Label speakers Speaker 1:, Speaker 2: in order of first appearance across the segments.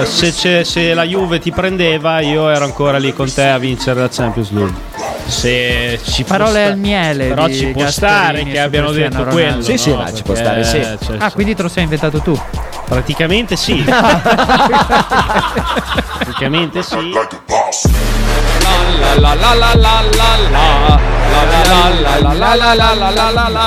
Speaker 1: eh, se, c'è- se la Juve ti prendeva, io ero ancora lì con te a vincere la Champions League. Se ci può
Speaker 2: Parole
Speaker 1: sta-
Speaker 2: al miele
Speaker 1: Però
Speaker 2: di
Speaker 1: ci può
Speaker 2: Gasperini
Speaker 1: stare che
Speaker 2: su
Speaker 1: abbiano
Speaker 2: Cristiano
Speaker 1: detto
Speaker 2: Ronaldo.
Speaker 1: quello.
Speaker 3: Sì, sì,
Speaker 1: no?
Speaker 3: là, ci può stare,
Speaker 1: Perché,
Speaker 3: sì.
Speaker 1: eh, cioè,
Speaker 2: Ah, quindi te lo sei inventato tu.
Speaker 1: Praticamente sì. Praticamente sì.
Speaker 4: La la la la la la la la la la la la la la la la la la la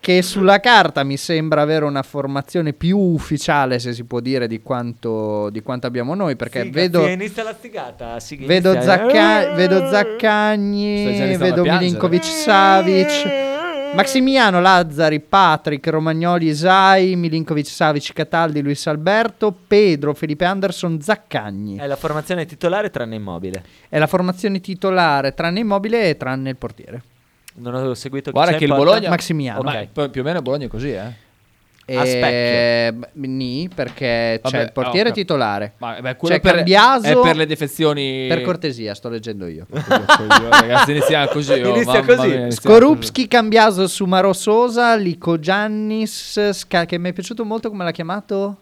Speaker 5: che sulla carta mi sembra avere una formazione più ufficiale se si può dire di quanto, di quanto abbiamo noi perché vedo
Speaker 3: inizia la sfigata.
Speaker 5: Vedo, Zacca- vedo Zaccagni,
Speaker 4: Stai già iniziando a
Speaker 5: vedo
Speaker 4: piangere.
Speaker 5: Milinkovic Savic. Maximiano, Lazzari, Patrick, Romagnoli, Isai, Milinkovic Savic, Cataldi, Luis Alberto, Pedro, Felipe Anderson, Zaccagni.
Speaker 6: È la formazione titolare tranne immobile.
Speaker 5: È la formazione titolare, tranne Immobile e tranne il portiere.
Speaker 6: Non ho seguito chi
Speaker 4: Guarda
Speaker 6: c'è
Speaker 4: che
Speaker 6: in
Speaker 4: il
Speaker 6: porta.
Speaker 4: Bologna
Speaker 5: Maximiano.
Speaker 4: Ormai p- più o meno il Bologna è così, eh.
Speaker 6: A
Speaker 5: E... b- Eh, Ni, perché
Speaker 4: Vabbè,
Speaker 5: c'è il portiere
Speaker 4: oh, cap-
Speaker 5: titolare.
Speaker 4: Ma beh, quello
Speaker 5: C'è
Speaker 4: per,
Speaker 5: Cambiaso-
Speaker 4: è per le defezioni
Speaker 5: Per cortesia, sto leggendo io.
Speaker 4: Coglione, Ragazzi, inizia così. oh,
Speaker 6: Inizia
Speaker 4: mamma
Speaker 6: così.
Speaker 4: mia, inizia
Speaker 5: Skorupski, Cambiaso, Sumaro Sosa, Lico Giannis, Sca- che mi è piaciuto molto come l'ha chiamato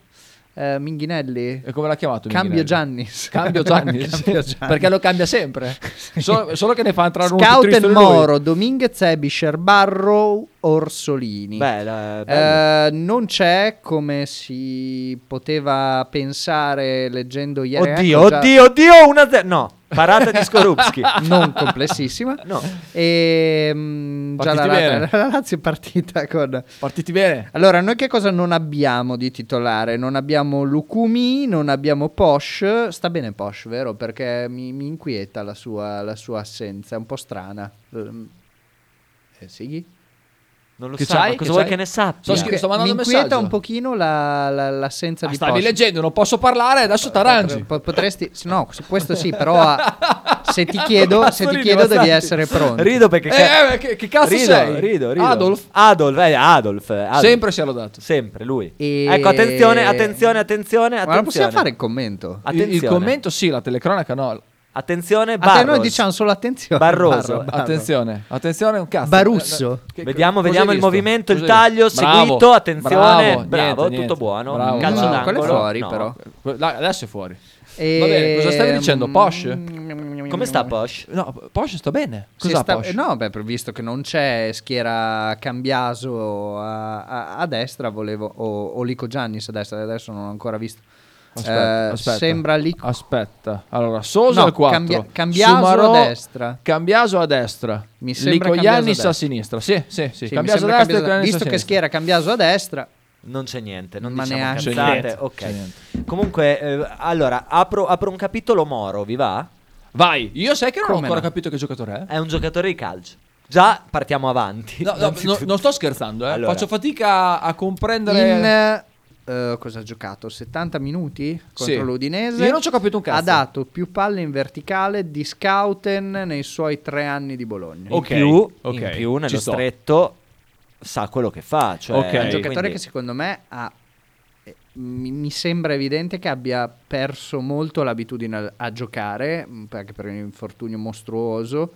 Speaker 5: eh, Minghinelli.
Speaker 4: così. E come l'ha chiamato?
Speaker 5: Cambio
Speaker 4: Minghinelli?
Speaker 5: Giannis.
Speaker 4: Cambio Gianni.
Speaker 5: Cambio Giannis.
Speaker 4: Perché lo cambia sempre. Solo, solo che ne fa entrare uno più
Speaker 5: Scout
Speaker 4: triste
Speaker 5: e
Speaker 4: di lui.
Speaker 5: Moro, Dominguez, Ebisher, Barrow, Orsolini.
Speaker 6: Beh, la- bello.
Speaker 5: Eh, non c'è come si poteva pensare leggendo ieri.
Speaker 6: oddio,
Speaker 5: ecco già-
Speaker 6: oddio, oddio, una ze- No, parata di Skorupski.
Speaker 5: Non complessissima.
Speaker 6: No.
Speaker 5: E, mm, già la,
Speaker 4: Partiti bene.
Speaker 5: la Lazio è partita con...
Speaker 4: Partiti bene.
Speaker 5: Allora, noi che cosa non abbiamo di titolare? Non abbiamo Lukumi, non abbiamo Posh. Sta bene Posh, vero? Perché mi, mi inquieta la sua, la sua assenza, è un po' strana. Ehm, Eh, Sighi?
Speaker 6: Non lo
Speaker 4: Che
Speaker 6: sa,
Speaker 4: c'hai?
Speaker 6: ma cosa
Speaker 4: Che
Speaker 6: vuoi
Speaker 4: c'hai?
Speaker 6: che ne sappia?
Speaker 4: Sto scri- sto
Speaker 5: mi
Speaker 4: mandando un
Speaker 5: inquieta
Speaker 4: messaggio.
Speaker 5: un pochino la- la- l'assenza
Speaker 4: Ah,
Speaker 5: di
Speaker 4: stavi
Speaker 5: Posh.
Speaker 4: leggendo, non posso parlare,
Speaker 6: Eh,
Speaker 4: adesso t'arrangi.
Speaker 5: Eh, Po- Potresti, no, su questo sì, però ah, se ti chiedo, se ti
Speaker 6: Ridi,
Speaker 5: chiedo devi
Speaker 6: bastardi.
Speaker 5: essere pronto.
Speaker 6: Rido perché...
Speaker 4: Eh,
Speaker 6: ca-
Speaker 4: eh, che- che cazzo
Speaker 6: rido,
Speaker 4: sei?
Speaker 6: Rido, rido.
Speaker 4: Adolf?
Speaker 6: Adolf, eh, Adolf. eh, Adolf.
Speaker 4: Sempre si è lodato.
Speaker 6: Sempre, lui.
Speaker 5: E-
Speaker 6: Ecco, attenzione, attenzione, attenzione,
Speaker 5: Ma
Speaker 6: eh, attenzione. Ah,
Speaker 5: non possiamo fare il commento?
Speaker 4: Il-
Speaker 6: Attenzione. Ah,
Speaker 4: Il commento sì, la telecronaca no.
Speaker 6: Attenzione,
Speaker 5: A te
Speaker 6: eh, Barros.
Speaker 5: noi diciamo solo attenzione.
Speaker 6: Barroso.
Speaker 5: Barro, Barro.
Speaker 4: Attenzione, attenzione, un cazzo.
Speaker 5: Barusso.
Speaker 4: Eh, che-
Speaker 6: Vediamo,
Speaker 4: cosa hai
Speaker 6: vediamo il
Speaker 4: visto?
Speaker 6: movimento, il
Speaker 4: Cosa hai
Speaker 6: taglio,
Speaker 4: visto? Bravo,
Speaker 6: seguito, attenzione. Bravo,
Speaker 4: niente,
Speaker 6: tutto
Speaker 4: niente.
Speaker 6: buono.
Speaker 4: Bravo,
Speaker 6: Calcio
Speaker 4: bravo.
Speaker 6: d'angolo.
Speaker 5: Quello è fuori,
Speaker 6: No.
Speaker 5: però.
Speaker 4: Là, adesso è fuori.
Speaker 5: E-
Speaker 4: Va bene, cosa stavi dicendo? Posh?
Speaker 6: Come sta Posh?
Speaker 4: No, Porsche sta bene.
Speaker 5: Se
Speaker 4: Cos'ha
Speaker 5: Mm, sta-
Speaker 4: Porsche?
Speaker 5: No, beh, per- visto che non c'è schiera Cambiaso a, a- a destra, volevo, o, o Lico Giannis a destra, adesso non ho ancora visto.
Speaker 4: Aspetta,
Speaker 5: Eh,
Speaker 4: aspetta.
Speaker 5: Sembra Lico.
Speaker 4: Aspetta. Allora, Sosa
Speaker 5: No,
Speaker 4: al 4.
Speaker 5: Cambia- Cambiaso
Speaker 4: Sumarò-
Speaker 5: a destra.
Speaker 4: Cambiaso a destra.
Speaker 5: Mi sembra
Speaker 4: Lico
Speaker 5: Cambiaso a
Speaker 4: Iannis
Speaker 5: destra.
Speaker 4: a sinistra. Sì, sì, sì.
Speaker 5: Sì, mi
Speaker 4: Cambiaso a
Speaker 5: sembra
Speaker 4: destra
Speaker 5: Cambiaso-
Speaker 4: e Iannis a
Speaker 5: visto che
Speaker 4: sinistra.
Speaker 5: schiera Cambiaso a destra,
Speaker 6: Non c'è niente, non
Speaker 5: Ma
Speaker 6: diciamo
Speaker 5: neanche.
Speaker 6: cazzate,
Speaker 1: C'è niente,
Speaker 6: ok.
Speaker 4: c'è
Speaker 6: Comunque, eh, allora, apro, apro un capitolo Moro, vi va?
Speaker 4: Vai. Io sai che non
Speaker 5: Come
Speaker 4: ho ancora
Speaker 5: no?
Speaker 4: capito che giocatore è.
Speaker 6: È un giocatore di calcio. Già partiamo
Speaker 5: Eh,
Speaker 6: avanti.
Speaker 4: No, no, no, non sto scherzando, eh.
Speaker 6: Allora.
Speaker 4: Faccio fatica a comprendere
Speaker 5: in eh, cosa ha giocato? 70 minuti contro
Speaker 4: Sì.
Speaker 5: l'Udinese.
Speaker 4: Io non ci ho capito un cazzo.
Speaker 5: Ha dato più palle in verticale di Scouten nei suoi tre anni di Bologna.
Speaker 4: Ok,
Speaker 6: in più,
Speaker 4: ok,
Speaker 6: in più nello
Speaker 4: ci sto.
Speaker 6: stretto sa quello che fa, cioè
Speaker 4: Ok. È
Speaker 5: È un
Speaker 4: Eh,
Speaker 5: giocatore
Speaker 6: quindi-
Speaker 5: che secondo me ha. eh, Mi, mi sembra evidente che abbia perso molto l'abitudine a, a giocare, mh, anche per un infortunio mostruoso.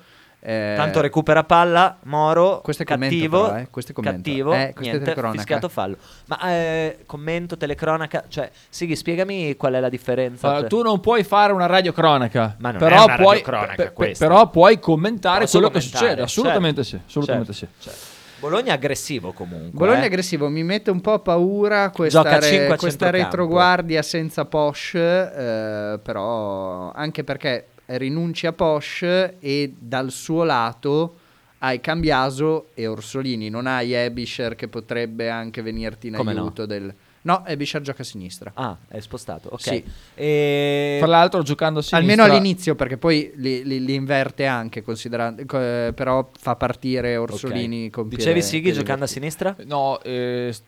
Speaker 5: eh,
Speaker 6: tanto recupera palla, Moro
Speaker 5: Questo è commento
Speaker 6: cattivo,
Speaker 5: però, eh, questo è commento.
Speaker 6: cattivo,
Speaker 5: Eh, questa è
Speaker 6: niente,
Speaker 5: telecronaca.
Speaker 6: fischiato fallo. Ma eh, commento telecronaca, cioè Sighi, spiegami qual è la differenza
Speaker 4: Allora,
Speaker 6: tra-
Speaker 4: Eh, Ah, tu non puoi fare una radiocronaca,
Speaker 6: Ma non
Speaker 4: però,
Speaker 6: è una
Speaker 4: puoi,
Speaker 6: radiocronaca
Speaker 4: pe- pe-
Speaker 6: questa.
Speaker 4: però puoi commentare
Speaker 6: Posso
Speaker 4: quello che
Speaker 6: commentare,
Speaker 4: succede. Assolutamente
Speaker 6: certo,
Speaker 4: sì. Assolutamente
Speaker 6: certo,
Speaker 4: sì.
Speaker 6: certo. Bologna aggressivo comunque.
Speaker 5: Bologna
Speaker 6: eh.
Speaker 5: aggressivo mi mette un po' a paura questa,
Speaker 6: Gioca
Speaker 5: re-
Speaker 6: 5 a
Speaker 5: questa
Speaker 6: centrocampo.
Speaker 5: retroguardia senza Posh, eh, però anche perché rinunci a Posh e dal suo lato hai Cambiaso e Orsolini, non hai Ebisher che potrebbe anche venirti in
Speaker 6: Come no?
Speaker 5: aiuto. Del... No, Ebisher gioca a sinistra.
Speaker 6: Ah, è spostato, ok.
Speaker 5: Sì.
Speaker 6: E...
Speaker 4: Fra l'altro, giocando a sinistra,
Speaker 5: Almeno all'inizio, perché poi li, li- li inverte anche, considerando, co- eh, però fa partire
Speaker 6: ok.
Speaker 5: Orsolini con piede-
Speaker 6: Dicevi Sighi
Speaker 5: piede
Speaker 6: giocando a
Speaker 5: verticale.
Speaker 6: sinistra?
Speaker 4: No, eh, st-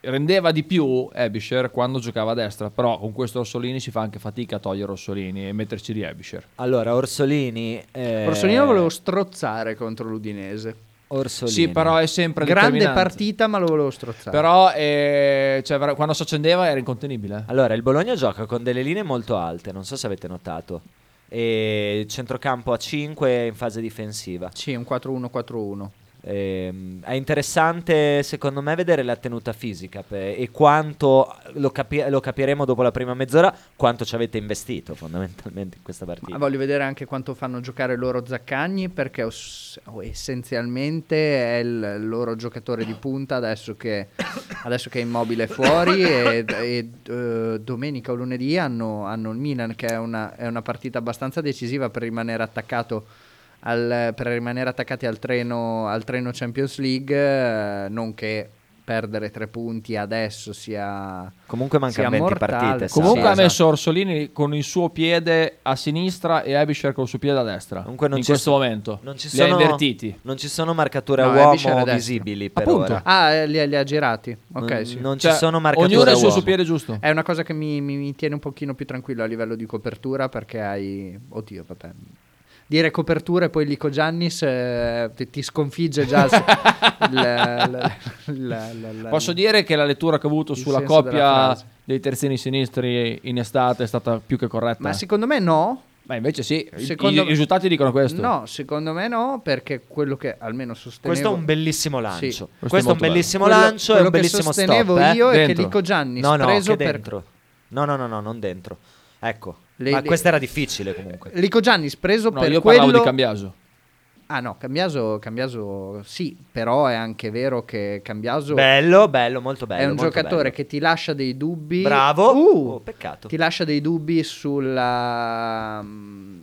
Speaker 4: rendeva di più Ebisher quando giocava a destra, però con questo Orsolini si fa anche fatica a togliere Orsolini e metterci di Ebisher.
Speaker 6: Allora, Orsolini. eh,
Speaker 5: Orsolino lo volevo strozzare contro l'Udinese.
Speaker 6: Orsolini.
Speaker 4: Sì, però è sempre
Speaker 5: Grande
Speaker 4: determinante.
Speaker 5: partita, ma lo volevo strozzare.
Speaker 4: Però eh, cioè, ver- quando si accendeva era incontenibile. eh.
Speaker 6: Allora, il Bologna gioca con delle linee molto alte, non so se avete notato. E centrocampo a 5 in fase difensiva.
Speaker 5: Sì, un 4-1-4-1.
Speaker 6: Ehm, è interessante secondo me vedere la tenuta fisica pe- e quanto lo, capi- lo capiremo dopo la prima mezz'ora quanto ci avete investito fondamentalmente in questa partita.
Speaker 5: Ma voglio vedere anche quanto fanno giocare loro Zaccagni perché os- oh, essenzialmente è il loro giocatore di punta adesso che, adesso che è immobile fuori e, e, eh, domenica o lunedì hanno, hanno il Milan che è una, è una partita abbastanza decisiva per rimanere attaccato al- per rimanere attaccati al treno, al treno Champions League eh, non che perdere tre punti adesso sia
Speaker 6: Comunque mancano
Speaker 5: sia
Speaker 6: 20
Speaker 5: mortale.
Speaker 6: partite. sa.
Speaker 4: Comunque
Speaker 5: Sì,
Speaker 4: ha
Speaker 5: esatto.
Speaker 4: messo Orsolini con il suo piede a sinistra e Abisher col suo piede a destra.
Speaker 6: Comunque non
Speaker 4: in
Speaker 6: ci
Speaker 4: questo
Speaker 6: so-
Speaker 4: momento.
Speaker 6: non ci
Speaker 4: Li ha
Speaker 6: sono-
Speaker 4: invertiti.
Speaker 6: Non ci sono marcature
Speaker 5: No,
Speaker 6: a
Speaker 5: è Abisher
Speaker 6: uomo
Speaker 5: è destra.
Speaker 6: visibili per
Speaker 4: Appunto.
Speaker 6: ora.
Speaker 5: ah eh, li, li ha girati ok
Speaker 6: non
Speaker 5: sì.
Speaker 6: non
Speaker 4: Cioè,
Speaker 6: ci sono marcature
Speaker 4: Ognuno
Speaker 6: a
Speaker 4: il suo
Speaker 6: uomo. Eh,
Speaker 4: suo piede giusto.
Speaker 5: È una cosa che mi, mi- mi tiene un pochino più tranquillo a livello di copertura perché hai... Oddio, vabbè. Dire copertura e poi Lico Giannis eh, ti, ti sconfigge già. il- la- la- la- la- la-
Speaker 4: Posso dire che la lettura che ho avuto
Speaker 5: il
Speaker 4: sulla
Speaker 5: senso della
Speaker 4: coppia
Speaker 5: frase.
Speaker 4: dei terzini sinistri in estate è stata più che corretta.
Speaker 5: Ma secondo me no.
Speaker 4: Ma invece sì, i-
Speaker 5: Secondo
Speaker 4: i,
Speaker 5: me-
Speaker 4: risultati dicono questo.
Speaker 5: No, secondo me no perché quello che almeno sostenevo...
Speaker 6: Questo è un bellissimo lancio.
Speaker 5: Sì.
Speaker 6: Questo,
Speaker 4: Questo è
Speaker 6: è un
Speaker 4: molto bello.
Speaker 6: bellissimo
Speaker 5: Quello-
Speaker 6: lancio e
Speaker 5: quello
Speaker 6: un
Speaker 5: che
Speaker 6: bellissimo stop.
Speaker 5: sostenevo
Speaker 6: eh.
Speaker 5: io è che
Speaker 4: Dentro.
Speaker 5: Lico Giannis
Speaker 6: No, no,
Speaker 5: preso
Speaker 6: che
Speaker 5: per
Speaker 6: dentro. No, no, no, no, non dentro. Ecco.
Speaker 5: Le- Esatto.
Speaker 6: Ma
Speaker 5: le-
Speaker 6: questo era difficile comunque.
Speaker 5: Lico Giannis preso
Speaker 4: No,
Speaker 5: per
Speaker 4: io
Speaker 5: quello
Speaker 4: parlavo di Cambiaso.
Speaker 5: Ah no, Cambiaso, Cambiaso sì, però è anche vero che Cambiaso
Speaker 6: Bello, bello, molto bello.
Speaker 5: è un
Speaker 6: molto
Speaker 5: giocatore
Speaker 6: bello.
Speaker 5: che ti lascia dei dubbi.
Speaker 6: Bravo.
Speaker 5: Uh,
Speaker 6: Oh, peccato.
Speaker 5: Ti lascia dei dubbi sulla, mm,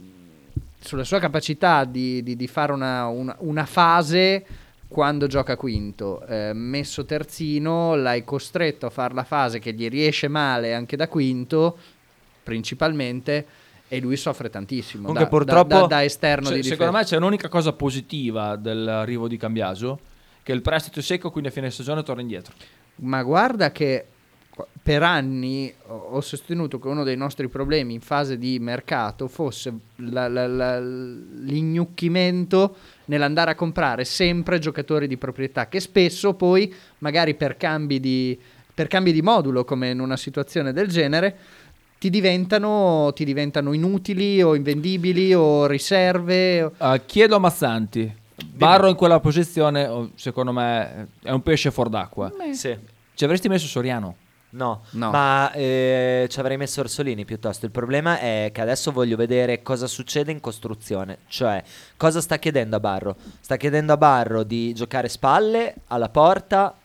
Speaker 5: sulla sua capacità di, di- di fare una, una- una fase quando gioca quinto. Eh, messo terzino, l'hai costretto a fare la fase che gli riesce male anche da quinto, principalmente. E lui soffre tantissimo.
Speaker 6: Comunque,
Speaker 5: da,
Speaker 6: purtroppo-
Speaker 5: da- da- da esterno
Speaker 4: Se-
Speaker 5: di difesa.
Speaker 4: secondo me c'è un'unica cosa positiva dell'arrivo di Cambiaso, che il prestito è secco, quindi a fine stagione torna indietro.
Speaker 5: Ma guarda che qu- per anni ho- ho sostenuto che uno dei nostri problemi in fase di mercato fosse la- la- la- l'ignucchimento nell'andare a comprare sempre giocatori di proprietà che spesso poi magari per cambi di, per cambi di modulo come in una situazione del genere ti diventano, ti diventano inutili o invendibili o riserve. o-
Speaker 4: Eh, chiedo a Mazzanti, Barro in quella posizione, oh, secondo me, è un pesce fuor d'acqua.
Speaker 6: Sì.
Speaker 4: Ci avresti messo Soriano?
Speaker 6: No,
Speaker 5: No.
Speaker 6: ma eh, ci avrei messo Orsolini piuttosto. Il problema è che adesso voglio vedere cosa succede in costruzione, cioè cosa sta chiedendo a Barro. Sta chiedendo a Barro di giocare spalle alla porta.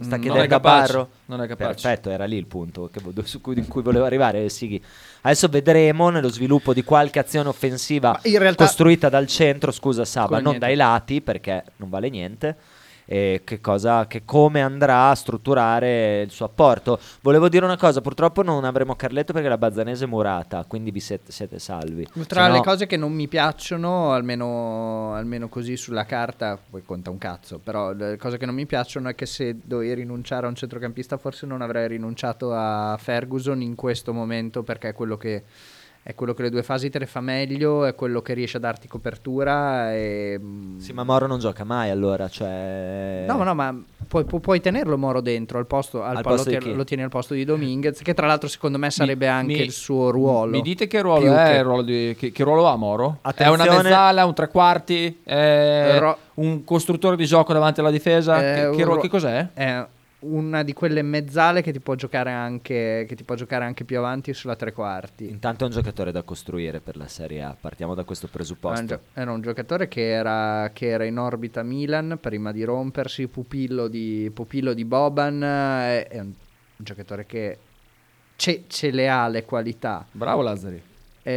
Speaker 6: Sta
Speaker 5: Non
Speaker 6: chiedendo
Speaker 4: Mm, è
Speaker 6: a
Speaker 4: capace,
Speaker 6: Barro.
Speaker 4: non è capace.
Speaker 6: Perfetto, era lì il punto che vo- su cui, in cui volevo arrivare. Sighi. Adesso vedremo nello sviluppo di qualche azione offensiva
Speaker 5: Ma in realtà-
Speaker 6: costruita dal centro, scusa Saba,
Speaker 5: Come
Speaker 6: non
Speaker 5: niente.
Speaker 6: dai lati perché non vale niente. E che cosa, che come andrà a strutturare il suo apporto. Volevo dire una cosa, purtroppo non avremo Carletto perché la Bazzanese è murata, quindi vi siete, siete salvi.
Speaker 5: Tra
Speaker 6: Se no-
Speaker 5: le cose che non mi piacciono, almeno, almeno così sulla carta, poi conta un cazzo, però le cose che non mi piacciono è che se dovevi rinunciare a un centrocampista forse non avrei rinunciato a Ferguson in questo momento perché è quello che, è quello che le due fasi te le fa meglio, è quello che riesce a darti copertura e... mm, eh.
Speaker 6: Sì, ma Moro non gioca mai allora, cioè...
Speaker 5: No, ma no, ma puoi, pu- puoi tenerlo Moro dentro al posto, al
Speaker 6: Al
Speaker 5: palo-
Speaker 6: posto di
Speaker 5: te-
Speaker 6: chi?
Speaker 5: lo tieni al posto di Dominguez, che tra l'altro secondo me sarebbe
Speaker 4: Mi-
Speaker 5: anche
Speaker 4: mi-
Speaker 5: il suo ruolo.
Speaker 4: Mi dite che ruolo
Speaker 5: più
Speaker 4: è
Speaker 5: che-
Speaker 4: il ruolo di- che, che ruolo ha Moro? È
Speaker 6: Attenzione.
Speaker 4: una mezzala, un tre quarti, è
Speaker 5: Ro-
Speaker 4: un costruttore di gioco davanti alla difesa?
Speaker 5: È
Speaker 4: che, che
Speaker 5: Eh, un
Speaker 4: ruolo-
Speaker 5: ru-
Speaker 4: che cos'è?
Speaker 5: È una di quelle mezzale che ti può giocare anche, che ti può giocare anche più avanti sulla tre quarti.
Speaker 6: Intanto è un giocatore da costruire per la Serie A, partiamo da questo
Speaker 5: Era un
Speaker 6: presupposto.
Speaker 5: gio- Era un giocatore che era, che era in orbita Milan prima di rompersi, pupillo di, pupillo di Boban. eh, È, un giocatore che ce, ce le ha le qualità.
Speaker 4: Bravo Lazzari.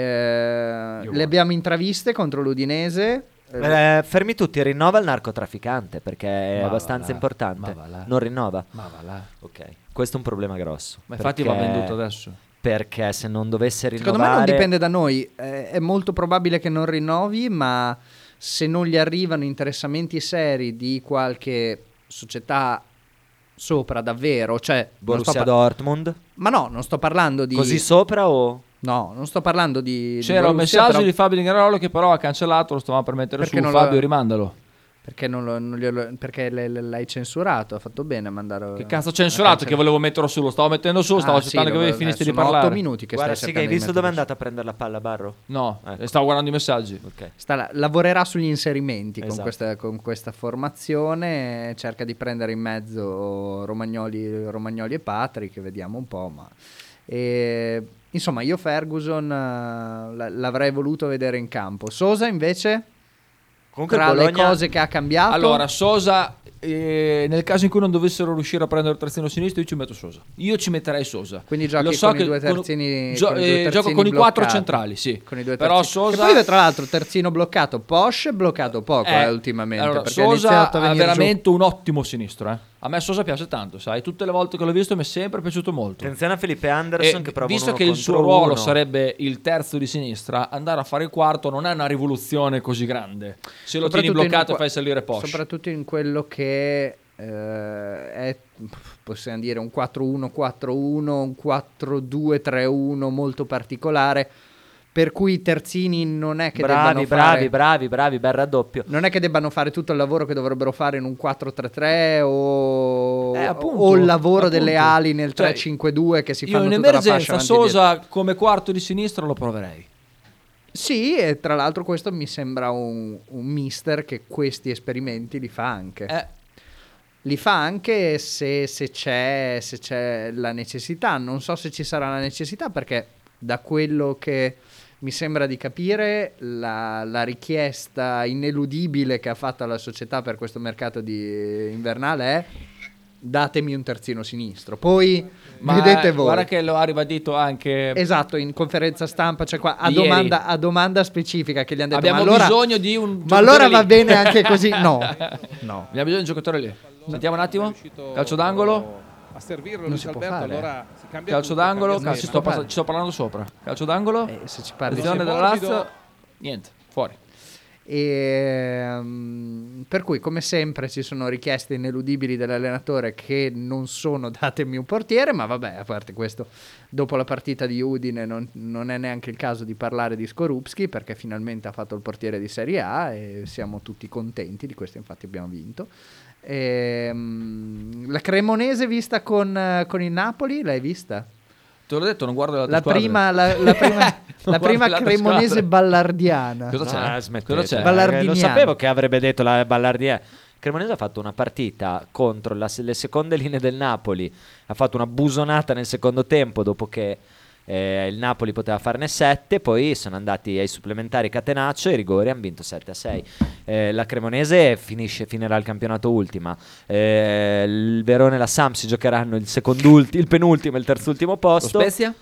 Speaker 5: Eh,
Speaker 4: guardo.
Speaker 5: le abbiamo intraviste contro l'Udinese. eh,
Speaker 6: Eh, fermi tutti, rinnova il narcotrafficante perché è
Speaker 4: Ma va
Speaker 6: abbastanza
Speaker 4: là,
Speaker 6: importante.
Speaker 4: ma va là.
Speaker 6: Non rinnova?
Speaker 4: Ma va là.
Speaker 6: Ok, questo è un problema grosso.
Speaker 4: Ma infatti va
Speaker 6: perché-
Speaker 4: venduto adesso.
Speaker 6: Perché se non dovesse rinnovare...
Speaker 5: Secondo me non dipende da noi, eh, è molto probabile che non rinnovi, ma se non gli arrivano interessamenti seri di qualche società sopra davvero, cioè non
Speaker 6: Borussia
Speaker 5: sto par-
Speaker 6: Dortmund.
Speaker 5: Ma no, non sto parlando di
Speaker 6: Così sopra o...
Speaker 5: No, non sto parlando di di
Speaker 4: C'era un
Speaker 5: Borussia,
Speaker 4: messaggio
Speaker 5: però-
Speaker 4: di Fabio Lignerolo che però ha cancellato, lo stavamo per mettere
Speaker 5: Perché
Speaker 4: su.
Speaker 5: non lo-
Speaker 4: Fabio, rimandalo.
Speaker 5: perché non lo- non glielo- perché le- le- l'hai censurato, ha fatto bene a Ah, mandare
Speaker 4: Che cazzo ho censurato che volevo metterlo su, lo stavo mettendo su, stavo aspettando che voi finiste di parlare.
Speaker 5: 8 minuti che
Speaker 6: Guarda,
Speaker 5: stai
Speaker 6: sì, che hai
Speaker 5: cercando di
Speaker 6: visto dove è
Speaker 5: mettere
Speaker 6: andata a prendere la palla, Barro?
Speaker 4: No, eh,
Speaker 6: Ecco.
Speaker 4: stavo guardando i messaggi.
Speaker 6: Ok.
Speaker 5: Sta là- lavorerà sugli inserimenti
Speaker 6: Esatto.
Speaker 5: con, questa, con questa formazione, cerca di prendere in mezzo Romagnoli, Romagnoli e Patri, che vediamo un po'. Ma... E, insomma, io Ferguson eh, la- l'avrei voluto vedere in campo. Sosa invece,
Speaker 6: Comunque il
Speaker 5: tra le
Speaker 6: Bologna-
Speaker 5: cose che ha cambiato,
Speaker 4: Allora, Sosa, eh, nel caso in cui non dovessero riuscire a prendere il terzino sinistro, io ci metto Sosa. Io ci metterei Sosa.
Speaker 5: Quindi giochi
Speaker 4: Lo so
Speaker 5: con i
Speaker 4: che
Speaker 5: due
Speaker 4: con-
Speaker 5: terzini-
Speaker 4: gio-
Speaker 5: con i due
Speaker 4: eh,
Speaker 5: terzini
Speaker 4: gioco con i quattro
Speaker 5: bloccati.
Speaker 4: centrali, sì.
Speaker 5: con i due
Speaker 4: Però
Speaker 5: terzini.
Speaker 4: Sosa...
Speaker 5: Che poi tra l'altro terzino bloccato, Porsche bloccato poco
Speaker 4: Eh,
Speaker 5: eh, ultimamente.
Speaker 4: allora,
Speaker 5: perché ha
Speaker 4: Sosa
Speaker 5: iniziato a
Speaker 4: ha
Speaker 5: venire giù.
Speaker 4: veramente un ottimo sinistro. eh. A me Sosa piace tanto, sai. Tutte le volte che l'ho visto mi è sempre piaciuto molto.
Speaker 6: Attenzione a Felipe
Speaker 4: E
Speaker 6: Anderson che prova
Speaker 4: Eh, visto
Speaker 6: un
Speaker 4: che
Speaker 6: uno
Speaker 4: il suo
Speaker 6: contro
Speaker 4: ruolo
Speaker 6: uno.
Speaker 4: sarebbe il terzo di sinistra, andare a fare il quarto non è una rivoluzione così grande. Se lo
Speaker 5: Soprattutto
Speaker 4: tieni
Speaker 5: in
Speaker 4: bloccato
Speaker 5: un qua-
Speaker 4: fai salire Porsche.
Speaker 5: Soprattutto in quello che eh, è, possiamo dire, un 4-1-4-1, un 4-2-3-1 molto particolare, per cui i terzini non è che
Speaker 6: Bravi,
Speaker 5: debbano
Speaker 6: bravi,
Speaker 5: fare...
Speaker 6: bravi, bravi, bel raddoppio.
Speaker 5: Non è che debbano fare tutto il lavoro che dovrebbero fare in un 4-3-3 o,
Speaker 4: Eh, appunto,
Speaker 5: o il lavoro
Speaker 4: appunto.
Speaker 5: delle ali nel
Speaker 4: Cioè,
Speaker 5: 3-5-2 che si
Speaker 4: Io
Speaker 5: fanno
Speaker 4: in
Speaker 5: tutta la fascia avanti
Speaker 4: emergenza
Speaker 5: e dietro.
Speaker 4: Sosa come quarto di sinistra lo proverei.
Speaker 5: Sì, e tra l'altro questo mi sembra un, un mister che questi esperimenti li fa anche.
Speaker 4: Eh,
Speaker 5: Li fa anche se, se c'è, se c'è la necessità. Non so se ci sarà la necessità perché da quello che mi sembra di capire la, la richiesta ineludibile che ha fatto la società per questo mercato di- eh, invernale è datemi un terzino sinistro. Poi
Speaker 4: ma
Speaker 5: vedete voi.
Speaker 4: guarda che lo ha ribadito anche.
Speaker 5: Esatto, in conferenza stampa, cioè qua a
Speaker 4: Ieri.
Speaker 5: domanda, a domanda specifica che gli hanno detto.
Speaker 4: Abbiamo
Speaker 5: ma allora,
Speaker 4: bisogno di un
Speaker 5: Ma
Speaker 4: giocatore
Speaker 5: allora
Speaker 4: lì."
Speaker 5: va bene anche così? No, no.
Speaker 4: Abbiamo bisogno di un giocatore lì. Sentiamo un attimo. Calcio d'angolo.
Speaker 2: a servirlo
Speaker 5: Non
Speaker 2: Luis
Speaker 5: si può
Speaker 2: Alberto
Speaker 5: fare,
Speaker 2: allora si cambia
Speaker 4: Calcio
Speaker 2: tutto,
Speaker 4: d'angolo.
Speaker 2: cambia
Speaker 4: Ci
Speaker 5: si
Speaker 2: schema.
Speaker 5: può
Speaker 4: sto, pas-
Speaker 5: fare.
Speaker 4: ci sto parlando sopra. Calcio d'angolo.
Speaker 5: Eh, se ci parli.
Speaker 4: Posizione
Speaker 2: Dice
Speaker 4: della
Speaker 2: morbido.
Speaker 4: Lazio. Niente, fuori.
Speaker 5: Ehm, per cui, come sempre, ci sono richieste ineludibili dell'allenatore che non sono datemi un portiere, ma vabbè, a parte questo, dopo la partita di Udine non, non è neanche il caso di parlare di Skorupski perché finalmente ha fatto il portiere di Serie A e siamo tutti contenti di questo, infatti abbiamo vinto. Ehm, la Cremonese vista con, eh, con il Napoli, l'hai vista?
Speaker 4: Te l'ho detto, non guardo le altre
Speaker 5: La
Speaker 4: squadre.
Speaker 5: prima, la, la prima, la
Speaker 4: Non guardo
Speaker 5: prima
Speaker 4: le altre
Speaker 5: cremonese
Speaker 4: squadre.
Speaker 5: ballardiana.
Speaker 4: Cosa c'è?
Speaker 6: Ah,
Speaker 4: Cosa c'è?
Speaker 6: smettetela.
Speaker 5: Balla-
Speaker 6: Eh, Lo
Speaker 5: Ballardiniano.
Speaker 6: sapevo che avrebbe detto la Ballardier. Cremonese ha fatto una partita contro la- le seconde linee del Napoli. Ha fatto una busonata nel secondo tempo dopo che eh, il Napoli poteva farne 7. Poi sono andati ai supplementari catenaccio e i rigori hanno vinto 7 a 6. la Cremonese finisce, finirà il campionato ultima. Eh, il Verone e la Sam si giocheranno il, secondulti- il penultimo e il terzultimo
Speaker 4: Lo
Speaker 6: posto. Eh,
Speaker 4: Spezia?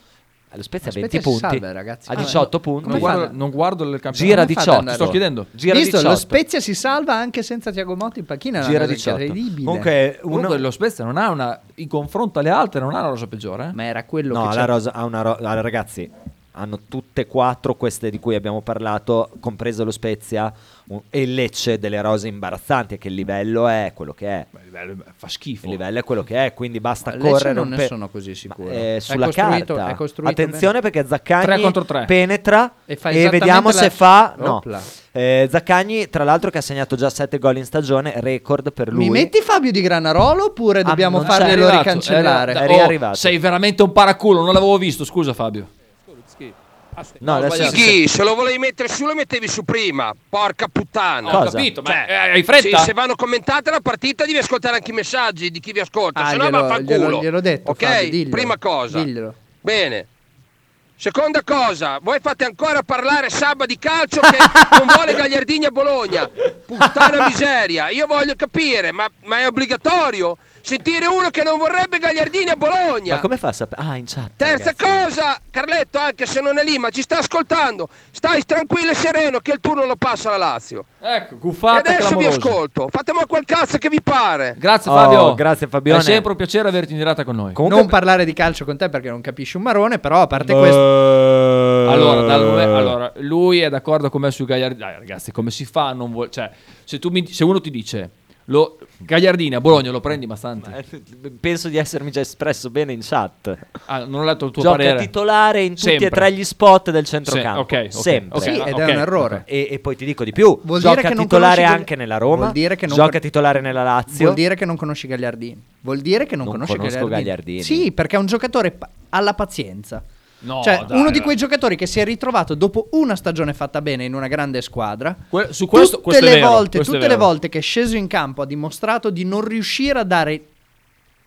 Speaker 6: Lo Spezia ha
Speaker 5: Lo
Speaker 6: 20
Speaker 5: Spezia si
Speaker 6: punti.
Speaker 5: salva, ragazzi. Ah,
Speaker 6: A
Speaker 5: Come-
Speaker 6: 18 punti.
Speaker 4: Non
Speaker 5: fa?
Speaker 4: guardo, non guardo il campionato.
Speaker 6: Gira
Speaker 5: Come fate ad
Speaker 6: 18.
Speaker 5: andare?
Speaker 4: Sto chiedendo.
Speaker 6: Gira
Speaker 5: Visto,
Speaker 6: 18.
Speaker 5: lo Spezia si salva anche senza Tiago Motta in panchina. è una
Speaker 6: Gira
Speaker 5: cosa
Speaker 6: 18.
Speaker 5: Incredibile.
Speaker 6: Comunque, uno-
Speaker 4: Comunque lo Spezia non ha una in confronto alle altre non ha una rosa peggiore, eh?
Speaker 5: Ma era quello
Speaker 6: no,
Speaker 5: che
Speaker 6: la
Speaker 5: c'è-
Speaker 6: rosa ha una ro- ah, ragazzi, hanno tutte e quattro queste di cui abbiamo parlato, compreso lo Spezia un- e il Lecce delle rose imbarazzanti, che il livello è quello che è.
Speaker 4: Ma il livello fa
Speaker 6: Il
Speaker 4: schifo.
Speaker 6: livello è quello che è, quindi basta
Speaker 5: Ma Lecce
Speaker 6: correre
Speaker 5: non
Speaker 6: un
Speaker 5: ne
Speaker 6: pe-
Speaker 5: sono così sicuro.
Speaker 6: Ma, eh,
Speaker 5: È
Speaker 6: sulla
Speaker 5: costruito-
Speaker 6: carta.
Speaker 5: è costruito
Speaker 6: Attenzione perché Zaccagni
Speaker 4: Tre contro tre.
Speaker 6: penetra
Speaker 5: E
Speaker 6: e,
Speaker 5: fa esattamente
Speaker 6: vediamo
Speaker 5: la-
Speaker 6: se fa no.
Speaker 5: Opla.
Speaker 6: Eh, Zaccagni, tra l'altro che ha segnato già 7 gol in stagione, record per lui.
Speaker 5: Mi metti Fabio di Granarolo oppure
Speaker 6: Ah,
Speaker 5: dobbiamo
Speaker 6: non c'è
Speaker 5: farglielo
Speaker 6: arrivato, Eh,
Speaker 5: ricancellare?
Speaker 6: era- È riarrivato.
Speaker 4: Oh, sei veramente un paraculo, non l'avevo visto, scusa Fabio.
Speaker 6: No, adesso
Speaker 4: sbagliato.
Speaker 7: Chi? Se lo volevi mettere su, lo mettevi su prima. Porca puttana.
Speaker 6: Cosa?
Speaker 4: Ho capito, ma
Speaker 7: Cioè,
Speaker 4: eh, hai
Speaker 7: Sì,
Speaker 4: fretta?
Speaker 7: se vanno commentate la partita devi ascoltare anche i messaggi di chi vi ascolta,
Speaker 5: Ah,
Speaker 7: se no
Speaker 5: glielo,
Speaker 7: vaffanculo.
Speaker 5: glielo, gliel'ho detto.
Speaker 7: Ok,
Speaker 5: Fabio, diglielo.
Speaker 7: prima cosa.
Speaker 5: Diglielo.
Speaker 7: Bene. Seconda cosa, voi fate ancora parlare Sabba di calcio che non vuole Gagliardini a Bologna. Puttana miseria, io voglio capire, ma, ma è obbligatorio sentire uno che non vorrebbe Gagliardini a Bologna.
Speaker 6: Ma come fa a sapere? Ah, in chat.
Speaker 7: Terza
Speaker 6: ragazzi.
Speaker 7: cosa, Carletto, anche se non è lì, ma ci sta ascoltando, stai tranquillo e sereno che il turno lo passa la Lazio.
Speaker 4: Ecco,
Speaker 7: E
Speaker 4: guffata
Speaker 7: adesso vi
Speaker 4: clamorosa.
Speaker 7: ascolto, fatemi quel cazzo che vi pare.
Speaker 4: Grazie
Speaker 6: Oh,
Speaker 4: Fabio.
Speaker 6: grazie, Fabione.
Speaker 4: È sempre un piacere averti in diretta con noi.
Speaker 6: Comunque Eh,
Speaker 5: Non parlare di calcio con te perché non capisci un marone, però a parte questo...
Speaker 4: Allora,
Speaker 5: Eh.
Speaker 4: dal momen- allora, lui è d'accordo con me sui Gagliardini. Dai, ragazzi, come si fa a non vol- cioè, se, tu mi- se uno ti dice Lo... Gagliardini a Bologna lo prendi, ma Santi.
Speaker 6: Eh. Penso di essermi già espresso bene in chat.
Speaker 4: Ah, non ho letto il tuo
Speaker 6: Gioca
Speaker 4: parere.
Speaker 6: titolare in tutti e
Speaker 4: Sempre.
Speaker 6: tre gli spot del
Speaker 4: Sì,
Speaker 6: centrocampo.
Speaker 4: ok, ok,
Speaker 6: Sempre.
Speaker 4: ok,
Speaker 5: Sì,
Speaker 4: ah,
Speaker 5: ed
Speaker 4: ok,
Speaker 5: è un errore.
Speaker 6: E, e poi ti dico di più:
Speaker 5: Vuol dire
Speaker 6: gioca
Speaker 5: che non
Speaker 6: titolare
Speaker 5: conosci-
Speaker 6: anche nella Roma,
Speaker 5: vuol dire che non
Speaker 6: gioca
Speaker 5: con-
Speaker 6: titolare nella Lazio.
Speaker 5: Vuol dire che non conosci Gagliardini. Vuol dire che non,
Speaker 6: Non
Speaker 5: conosci
Speaker 6: conosco
Speaker 5: Gagliardini.
Speaker 6: Gagliardini.
Speaker 5: Sì, perché è un giocatore pa- alla pazienza.
Speaker 6: Oh,
Speaker 4: No,
Speaker 5: cioè,
Speaker 4: dai,
Speaker 5: uno di
Speaker 4: dai.
Speaker 5: quei giocatori che si è ritrovato dopo una stagione fatta bene in una grande squadra.
Speaker 4: Que- su questo-
Speaker 5: tutte
Speaker 4: questo è
Speaker 5: le
Speaker 4: vero,
Speaker 5: volte,
Speaker 4: questo è
Speaker 5: tutte le
Speaker 4: vero.
Speaker 5: volte che è sceso in campo ha dimostrato di non riuscire a dare